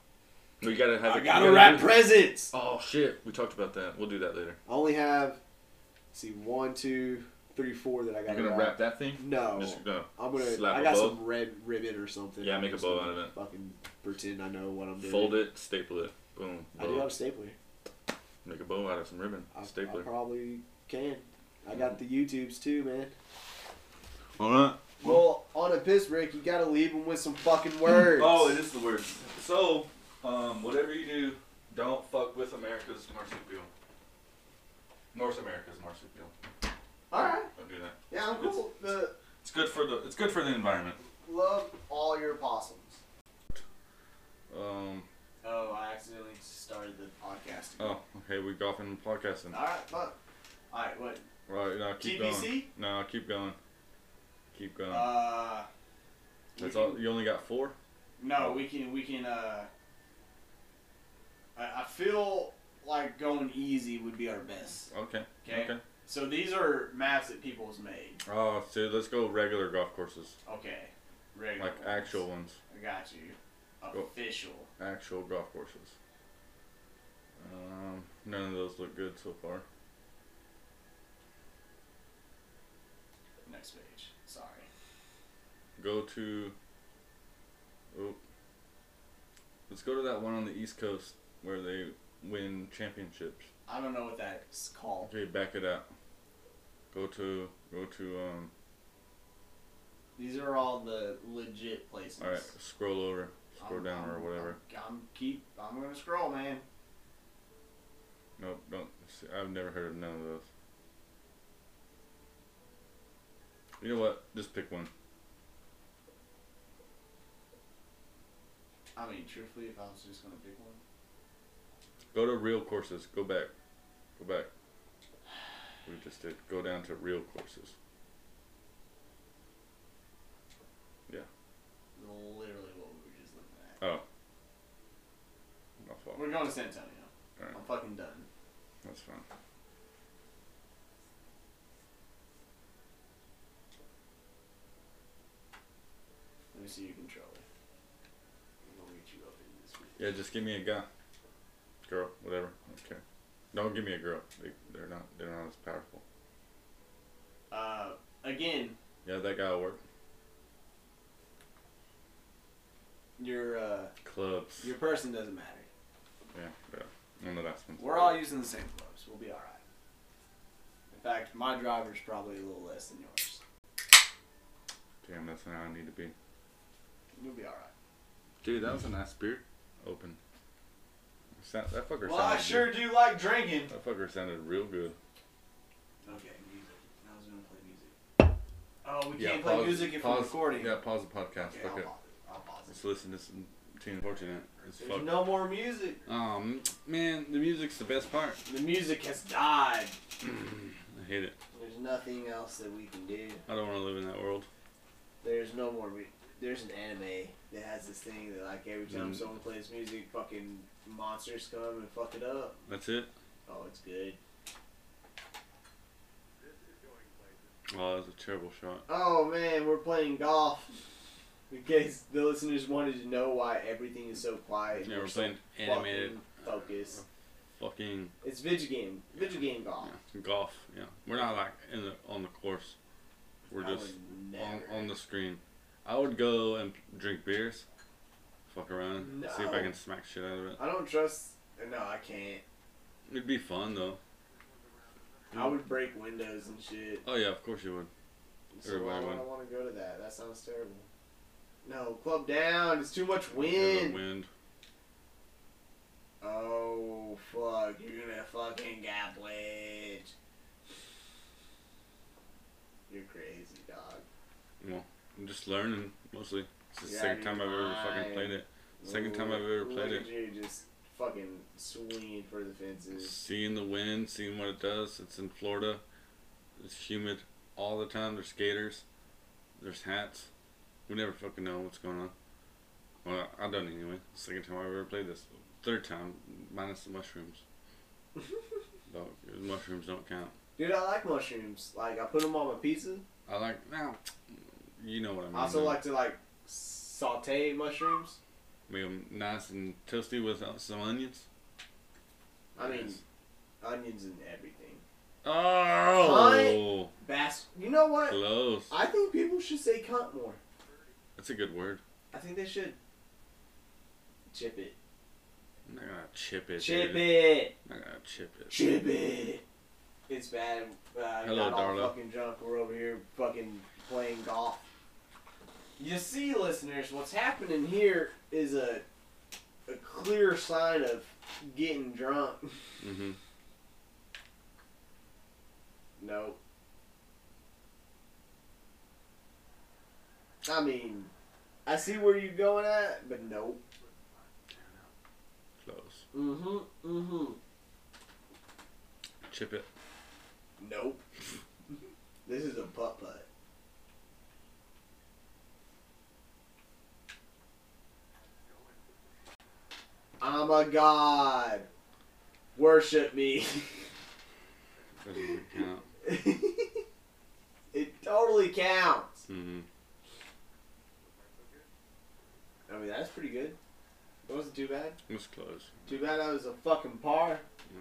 Speaker 1: We gotta have.
Speaker 2: I
Speaker 1: a- we
Speaker 2: got to
Speaker 1: gotta
Speaker 2: wrap
Speaker 1: do-
Speaker 2: presents. I
Speaker 1: Oh shit, we talked about that. We'll do that later.
Speaker 2: only have let's see one, two, three, four that I
Speaker 1: You're
Speaker 2: got to
Speaker 1: gonna
Speaker 2: wrap. Oh,
Speaker 1: wrap that thing?
Speaker 2: No,
Speaker 1: Just gonna.
Speaker 2: I'm gonna.
Speaker 1: slap
Speaker 2: I
Speaker 1: a
Speaker 2: got
Speaker 1: bow?
Speaker 2: some red ribbon or something.
Speaker 1: Yeah,
Speaker 2: I'm
Speaker 1: make a
Speaker 2: just
Speaker 1: bow
Speaker 2: gonna
Speaker 1: out of it.
Speaker 2: Fucking pretend I know what I'm doing.
Speaker 1: Fold it, staple it. Boom.
Speaker 2: I do
Speaker 1: bow.
Speaker 2: have a stapler.
Speaker 1: Make a bow out of some ribbon.
Speaker 2: I, I
Speaker 1: Stapler. Mm.
Speaker 2: probably can. I got the YouTubes too, man.
Speaker 1: All right.
Speaker 2: Well, on a piss break, you gotta leave them with some fucking words.
Speaker 1: Oh, it is the worst. So, um, whatever you do, don't fuck with America's marsupial. North America's marsupial.
Speaker 2: All right.
Speaker 1: Don't do that.
Speaker 2: Yeah, I'm cool. The,
Speaker 1: It's good for the. It's good for the environment.
Speaker 2: love all your possums.
Speaker 1: Um.
Speaker 2: Oh, I accidentally started the podcast.
Speaker 1: Oh, okay. We golfing and podcasting.
Speaker 2: All right, fine. All right, what?
Speaker 1: Right. No, Oh. keep going.
Speaker 2: TBC?
Speaker 1: No, keep going. Keep going. Oh.
Speaker 2: Uh,
Speaker 1: That's
Speaker 2: we
Speaker 1: all. Oh.
Speaker 2: can-
Speaker 1: You only got four.
Speaker 2: No, we can we can uh, I, I feel like going easy would be our best.
Speaker 1: Okay.
Speaker 2: Okay. So these are maps that people's made.
Speaker 1: Oh, dude, let's go regular golf courses,
Speaker 2: Okay. Regular.
Speaker 1: like
Speaker 2: ones.
Speaker 1: actual ones,
Speaker 2: I got you.
Speaker 1: Go.
Speaker 2: Official.
Speaker 1: actual golf courses. Um, none of those look good so far.
Speaker 2: Next page. Sorry.
Speaker 1: Go to. Oh. Let's go to that one on the East Coast where they win championships.
Speaker 2: I don't know what that's called.
Speaker 1: Okay, back it up. Go to go to um.
Speaker 2: These are all the legit places.
Speaker 1: All right, scroll over, scroll
Speaker 2: I'm-
Speaker 1: down or
Speaker 2: I'm-
Speaker 1: whatever.
Speaker 2: I'm, I'm keep. I'm gonna scroll, man.
Speaker 1: Nope, don't. see- I've never heard of none of those. You know what? Just pick one.
Speaker 2: I mean, truthfully, if I was just gonna pick one,
Speaker 1: Go to real courses. Go back. Go back. We just did. Go down to real courses.
Speaker 2: literally what we were just looking at.
Speaker 1: My fault.
Speaker 2: We're going to San Antonio.
Speaker 1: Alright.
Speaker 2: I'm fucking done.
Speaker 1: That's fine.
Speaker 2: Let me see your controller. I'm gonna get you up in this. bitch.
Speaker 1: Yeah, just give me a guy, girl, whatever. Okay. Don't give me a girl. They, they're not. They're not as powerful.
Speaker 2: Uh, again,
Speaker 1: Yeah, that guy will work.
Speaker 2: your uh,
Speaker 1: Clubs.
Speaker 2: your person doesn't matter.
Speaker 1: Yeah, yeah. And the last one.
Speaker 2: We're all using the same gloves. We'll be all right. In fact, my driver's probably a little less than yours.
Speaker 1: Damn, that's not how I need to be.
Speaker 2: We'll be all right.
Speaker 1: Dude, that was a nice beer. Open. Sound, that fucker
Speaker 2: Well, I
Speaker 1: sounded
Speaker 2: sure do like drinking.
Speaker 1: good. That fucker sounded real good.
Speaker 2: Okay, music. I was gonna play music. Oh, we
Speaker 1: Yeah,
Speaker 2: can't play
Speaker 1: pause-
Speaker 2: music if
Speaker 1: pause-
Speaker 2: we're recording.
Speaker 1: Yeah, pause the podcast.
Speaker 2: Okay,
Speaker 1: Fuck
Speaker 2: I'll
Speaker 1: it.
Speaker 2: pause it. I'll pause it.
Speaker 1: Let's listen to some Teen Fortunate. It's
Speaker 2: There's
Speaker 1: fuck.
Speaker 2: no more music.
Speaker 1: um, man, the music's the best part.
Speaker 2: The music has died.
Speaker 1: I hate it.
Speaker 2: There's nothing else that we can do.
Speaker 1: I don't want to live in that world.
Speaker 2: There's no more. Mu- There's an anime that has this thing that like every time
Speaker 1: Mm.
Speaker 2: someone plays music, fucking monsters come and fuck it up.
Speaker 1: That's it.
Speaker 2: Oh, it's good.
Speaker 1: Oh, that was a terrible shot.
Speaker 2: Oh man, we're playing golf. In case the listeners wanted to know why everything is so quiet. and
Speaker 1: Yeah, we're
Speaker 2: so
Speaker 1: playing
Speaker 2: fucking
Speaker 1: animated
Speaker 2: Focused.
Speaker 1: fucking
Speaker 2: It's video game. Video game golf.
Speaker 1: yeah, golf. Yeah, we're not like in the on the course. We're
Speaker 2: I
Speaker 1: just
Speaker 2: would
Speaker 1: on,
Speaker 2: never.
Speaker 1: on the screen. I would go and drink beers, fuck around, see if I
Speaker 2: No.
Speaker 1: can smack shit out of it.
Speaker 2: I don't trust. No, I can't.
Speaker 1: It'd be fun though.
Speaker 2: I would break windows and shit.
Speaker 1: Oh yeah, of course you would.
Speaker 2: So why
Speaker 1: Everybody
Speaker 2: would
Speaker 1: would.
Speaker 2: I want to go to that? That sounds terrible. No, club down. It's too much
Speaker 1: Yeah, the
Speaker 2: wind.
Speaker 1: wind.
Speaker 2: Oh fuck! You're gonna fucking get wedged. You're crazy, dog.
Speaker 1: I'm just learning mostly. It's the
Speaker 2: Yeah,
Speaker 1: second time I've ever
Speaker 2: mine.
Speaker 1: fucking played it. Second time I've ever played
Speaker 2: Look
Speaker 1: it.
Speaker 2: at You just fucking swinging for the fences.
Speaker 1: Seeing the wind, seeing what it does. It's in Florida. It's humid all the time. There's skaters. There's hats. We never fucking know what's going on. Well, I don't anyway. Second time I've ever played this. Third time, minus the mushrooms. Dog, mushrooms don't count.
Speaker 2: Dude, I like mushrooms. Like I put them on my pizza.
Speaker 1: I like now. You know what I mean.
Speaker 2: I also
Speaker 1: though.
Speaker 2: like to like saute mushrooms.
Speaker 1: make 'em nice and toasty with uh, some onions.
Speaker 2: I mean,
Speaker 1: Nice.
Speaker 2: onions and everything.
Speaker 1: Oh,
Speaker 2: Bas. You know what?
Speaker 1: close.
Speaker 2: I think people should say cunt more.
Speaker 1: That's a good word.
Speaker 2: I think they should chip it.
Speaker 1: I'm not gonna chip it.
Speaker 2: Chip
Speaker 1: dude.
Speaker 2: it.
Speaker 1: I'm not gonna chip it.
Speaker 2: Chip it. It's bad. Uh,
Speaker 1: Hello,
Speaker 2: got all
Speaker 1: Darla.
Speaker 2: fucking drunk. We're over here fucking playing golf. You see, listeners, what's happening here is a a clear sign of getting drunk.
Speaker 1: Mm-hmm.
Speaker 2: No. I mean, I see where you're going at, but nope.
Speaker 1: Close.
Speaker 2: Mm-hmm. Mm-hmm.
Speaker 1: Chip it.
Speaker 2: Nope. this is a putt putt. I'm I'm a god. Worship me.
Speaker 1: Doesn't really count.
Speaker 2: it totally counts.
Speaker 1: hmm
Speaker 2: I mean, that's pretty good. It wasn't too bad.
Speaker 1: It was close.
Speaker 2: Too bad I was a fucking par.
Speaker 1: Yeah.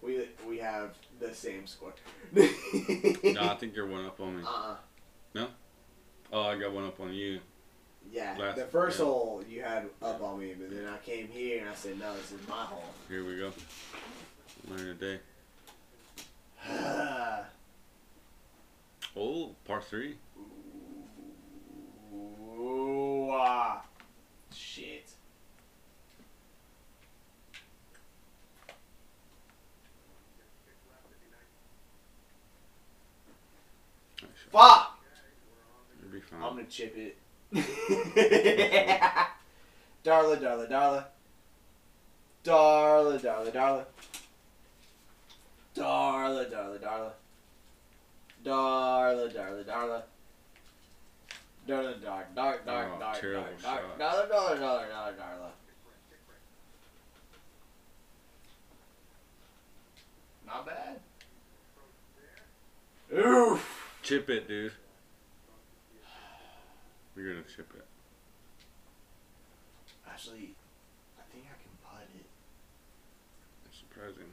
Speaker 2: We we have the same score.
Speaker 1: No, I think you're one up on me.
Speaker 2: Uh-uh.
Speaker 1: Oh, I got one up on you.
Speaker 2: Yeah,
Speaker 1: Last-
Speaker 2: the first
Speaker 1: yeah.
Speaker 2: hole you had up on me, but then I came here and I said, no, this is my hole.
Speaker 1: Here we go. Learn a day. Oh, par three.
Speaker 2: Ooh, ah. Shit. Fuck!
Speaker 1: You'll be fine.
Speaker 2: I'm gonna chip it. Darla, Darla, Darla. Darla, Darla, Darla. Darla, Darla, Darla. Darla, Darla, Darla. Darla, dark, dark, dark,
Speaker 1: Oh,
Speaker 2: dark,
Speaker 1: terrible
Speaker 2: dark, dark,
Speaker 1: shots.
Speaker 2: Darla, Darla, Darla, Darla, Darla. Not bad. Oof.
Speaker 1: Chip it, dude. You're gonna chip it.
Speaker 2: Actually, I think I can putt it.
Speaker 1: It's surprising.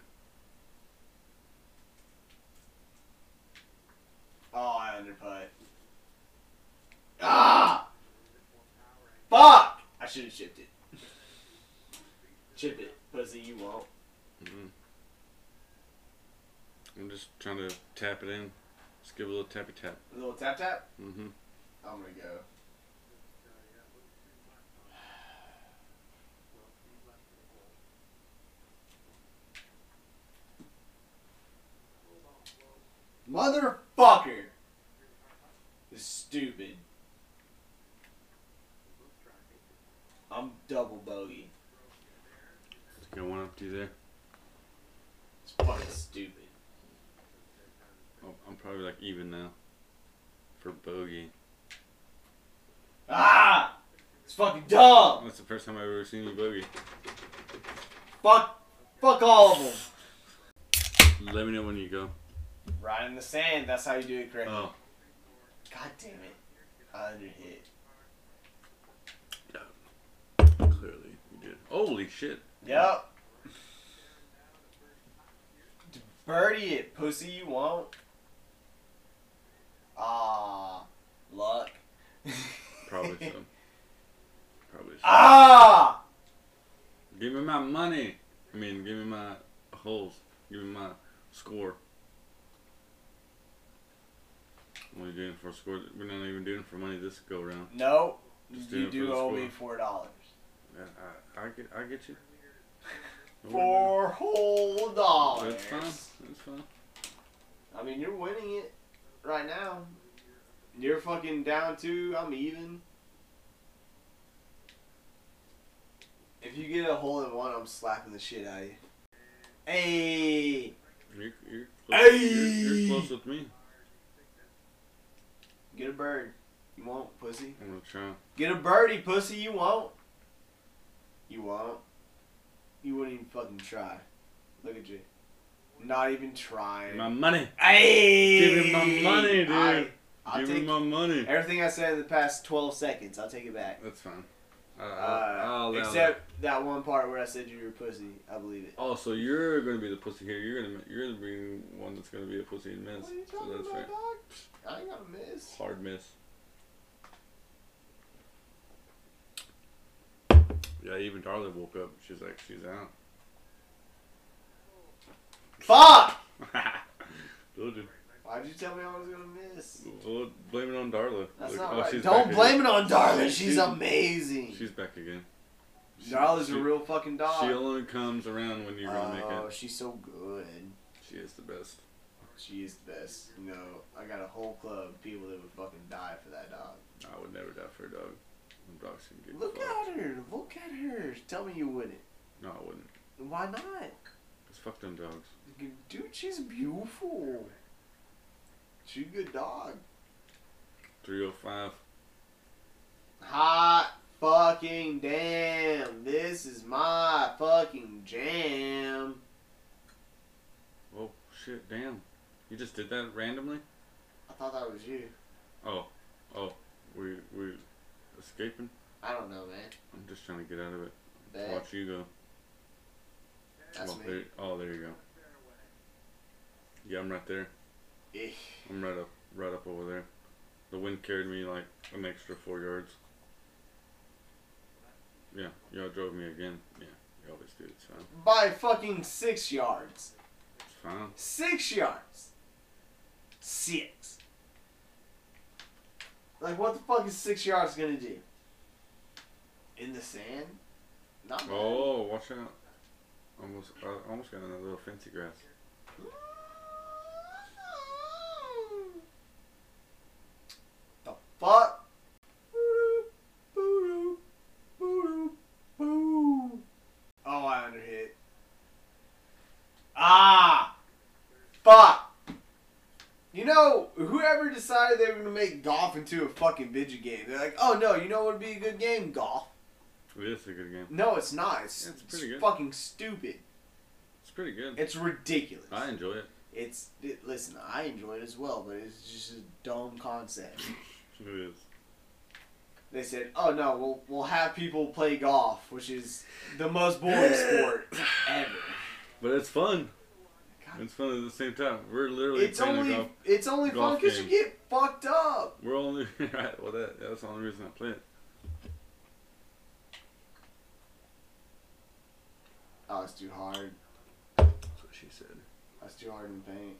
Speaker 2: Oh, I underputt. Ah! Fuck! I should have chipped it. Chip it, pussy. You won't.
Speaker 1: hmm I'm just trying to tap it in. Just give it a little tappy tap.
Speaker 2: A little tap tap.
Speaker 1: Mm-hmm.
Speaker 2: I'm gonna go. Motherfucker! This is stupid. I'm double bogey.
Speaker 1: Got one up to you there.
Speaker 2: It's fucking stupid.
Speaker 1: Oh, I'm probably like even now. For bogey.
Speaker 2: Ah! It's fucking dumb!
Speaker 1: That's the first time I've ever seen you bogey.
Speaker 2: Fuck! Fuck all of them!
Speaker 1: Let me know when you go.
Speaker 2: Right in the sand, that's how you do it correctly.
Speaker 1: Oh,
Speaker 2: God damn it. I underhit.
Speaker 1: clearly you did. Holy shit.
Speaker 2: Yep. D- Birdie it, pussy, you won't. Ah, luck.
Speaker 1: Probably so. Probably so.
Speaker 2: ah!
Speaker 1: Give me my money. I mean, give me my holes. Give me my score. What are you doing for a score? We're not even doing it for money this go round.
Speaker 2: No,
Speaker 1: Just
Speaker 2: you
Speaker 1: do it for
Speaker 2: do
Speaker 1: the
Speaker 2: owe
Speaker 1: score.
Speaker 2: me four dollars.
Speaker 1: I, I, I get, I get you.
Speaker 2: Four whole dollars.
Speaker 1: That's fine. That's fine.
Speaker 2: I mean, you're winning it right now. You're fucking down two. I'm even. If you get a hole in one, I'm slapping the shit out of you. Hey,
Speaker 1: You're, you're, close, you're,
Speaker 2: Ayy.
Speaker 1: you're close with me.
Speaker 2: get a bird. You won't, pussy.
Speaker 1: I'm gonna try.
Speaker 2: Get a birdie, pussy. You won't. You won't. You wouldn't even fucking try. Look at you. Not even trying.
Speaker 1: My money.
Speaker 2: hey,
Speaker 1: Give me my money, dude.
Speaker 2: I, I'll
Speaker 1: give
Speaker 2: take
Speaker 1: me my money.
Speaker 2: Everything I said in the past 12 seconds, I'll take it back.
Speaker 1: That's fine. I,
Speaker 2: Uh,
Speaker 1: I, I'll allow Oh, that.
Speaker 2: except that. one part where I said you were a pussy. I believe it.
Speaker 1: Oh, so you're gonna be the pussy here. You're gonna you're gonna be one that's gonna be a pussy and miss. So that's fair.
Speaker 2: dog? I ain't gonna miss.
Speaker 1: Hard miss. Yeah, even Darla woke up. She's like, she's out.
Speaker 2: Fuck!
Speaker 1: Told you.
Speaker 2: Why'd you tell me I was gonna miss?
Speaker 1: Well, blame it on Darla.
Speaker 2: That's
Speaker 1: Look,
Speaker 2: not
Speaker 1: oh,
Speaker 2: right.
Speaker 1: she's
Speaker 2: Don't
Speaker 1: back
Speaker 2: blame it on Darla.
Speaker 1: She-
Speaker 2: She's
Speaker 1: she-
Speaker 2: amazing.
Speaker 1: Again. She's back again. She-
Speaker 2: Darla's
Speaker 1: she,
Speaker 2: a real fucking dog.
Speaker 1: She only comes around when you're gonna
Speaker 2: oh,
Speaker 1: make it.
Speaker 2: she's so good.
Speaker 1: She is the best.
Speaker 2: She is the best. You know, I got a whole club of people that would fucking die for that dog.
Speaker 1: I would never die for a dog. Dogs can get
Speaker 2: Look
Speaker 1: fucked.
Speaker 2: at her. Look at her. Tell me you wouldn't.
Speaker 1: No, I wouldn't.
Speaker 2: Why not?
Speaker 1: Cause fuck them dogs.
Speaker 2: Dude, she's beautiful. She's a good dog.
Speaker 1: Three oh five.
Speaker 2: Hot fucking damn. This is my fucking jam.
Speaker 1: Oh shit! Damn, you just did that randomly.
Speaker 2: I thought that was you.
Speaker 1: Oh, oh, we we escaping.
Speaker 2: I don't know, man.
Speaker 1: I'm just trying to get out of it.
Speaker 2: But
Speaker 1: Watch you go.
Speaker 2: that's
Speaker 1: oh,
Speaker 2: me.
Speaker 1: There, oh, there you go. Yeah, I'm right there.
Speaker 2: Eh.
Speaker 1: I'm right up, right up over there. The wind carried me like an extra four yards. Yeah, y'all drove me again. Yeah, you always do. It's fine.
Speaker 2: By fucking six yards.
Speaker 1: It's fine.
Speaker 2: Six yards. Six. Like, what the fuck is six yards gonna do? In the sand? Not bad.
Speaker 1: Oh, watch out! Almost, I almost got in that little fancy grass.
Speaker 2: The fuck? Oh, I underhit. Ah! Fuck! You know, whoever decided they were gonna make golf into a fucking video game, they're like, oh no, you know what would be a good game? Golf.
Speaker 1: It is a good game.
Speaker 2: No, it's not. It's,
Speaker 1: Yeah, it's
Speaker 2: it's
Speaker 1: pretty good.
Speaker 2: fucking stupid.
Speaker 1: It's pretty good.
Speaker 2: It's ridiculous.
Speaker 1: I enjoy it.
Speaker 2: It's it, listen, I enjoy it as well, but it's just a dumb concept.
Speaker 1: It is.
Speaker 2: They said, "Oh no, we'll we'll have people play golf, which is the most boring sport ever."
Speaker 1: But it's fun.
Speaker 2: God.
Speaker 1: It's fun at the same time. We're literally
Speaker 2: It's
Speaker 1: playing a
Speaker 2: only
Speaker 1: golf.
Speaker 2: it's only fun
Speaker 1: golf
Speaker 2: because you
Speaker 1: game.
Speaker 2: get fucked up.
Speaker 1: We're only right. Well, that that's the only reason I play it.
Speaker 2: Oh, it's too hard.
Speaker 1: That's what she said.
Speaker 2: That's too hard in the paint.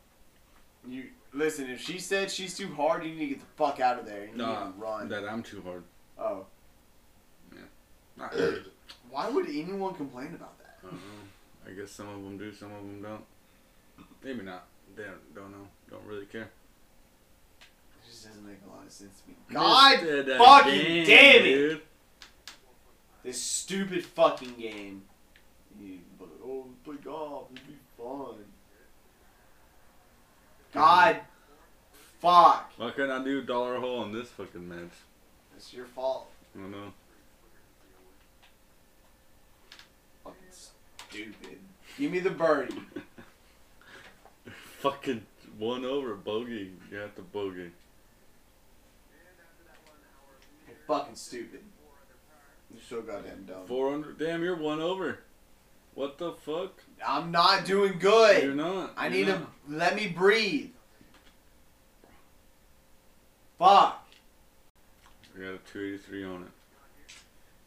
Speaker 2: You listen. If she said she's too hard, you need to get the fuck out of there. You
Speaker 1: Nah,
Speaker 2: need to run.
Speaker 1: that I'm too hard.
Speaker 2: oh,
Speaker 1: Not hard.
Speaker 2: why would anyone complain about that?
Speaker 1: I don't know. I guess some of them do, some of them don't. Maybe not. They don't, don't know. Don't really care.
Speaker 2: It just doesn't make a lot of sense to me. God fucking damn it! This stupid fucking game. You, oh, play golf. It'd be fun. God, fuck.
Speaker 1: Why couldn't I do dollar hole on this fucking match?
Speaker 2: It's your fault.
Speaker 1: I don't know.
Speaker 2: Fucking stupid. Give me the birdie.
Speaker 1: Fucking one over bogey. You have to bogey.
Speaker 2: You're fucking stupid. You're so goddamn dumb.
Speaker 1: Four under. Damn, you're one over. What the fuck?
Speaker 2: I'm not doing
Speaker 1: You're
Speaker 2: good.
Speaker 1: not.
Speaker 2: I
Speaker 1: You're
Speaker 2: need to
Speaker 1: not.
Speaker 2: let me breathe. Fuck.
Speaker 1: I got a 283 on it.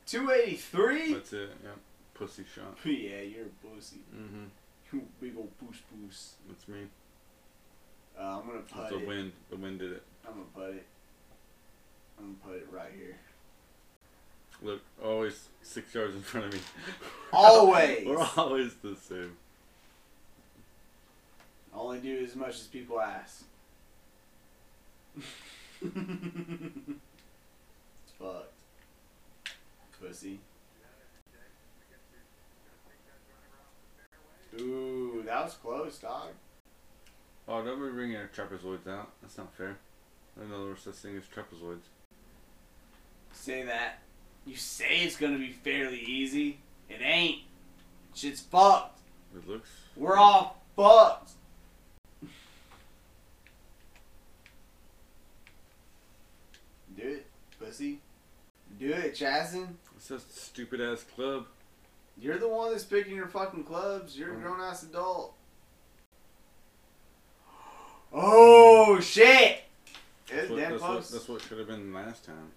Speaker 2: 283?
Speaker 1: That's it. Yep. Pussy shot.
Speaker 2: Yeah, you're a pussy.
Speaker 1: Mm-hmm.
Speaker 2: You big old poos poos.
Speaker 1: That's me.
Speaker 2: Uh, I'm gonna put
Speaker 1: That's the
Speaker 2: it.
Speaker 1: wind. The wind did it.
Speaker 2: I'm gonna put it. I'm gonna put it right here.
Speaker 1: Look, always six yards in front of me.
Speaker 2: Always.
Speaker 1: We're always the same.
Speaker 2: I only do as much as people ask. it's fucked. Pussy. Ooh, that was close, dog.
Speaker 1: Oh, don't be bringing our trapezoids out. That's not fair. I know there's such thing as trapezoids.
Speaker 2: Say that. You say it's gonna be fairly easy. It ain't. Shit's fucked.
Speaker 1: It looks.
Speaker 2: We're all fucked. Do it, pussy. Do it, Chasen.
Speaker 1: It's a stupid ass club.
Speaker 2: You're the one that's picking your fucking clubs. You're a grown ass adult. Oh shit!
Speaker 1: That's
Speaker 2: It was
Speaker 1: what,
Speaker 2: damn
Speaker 1: that's what,
Speaker 2: Oh, close.
Speaker 1: that's what should have been last time.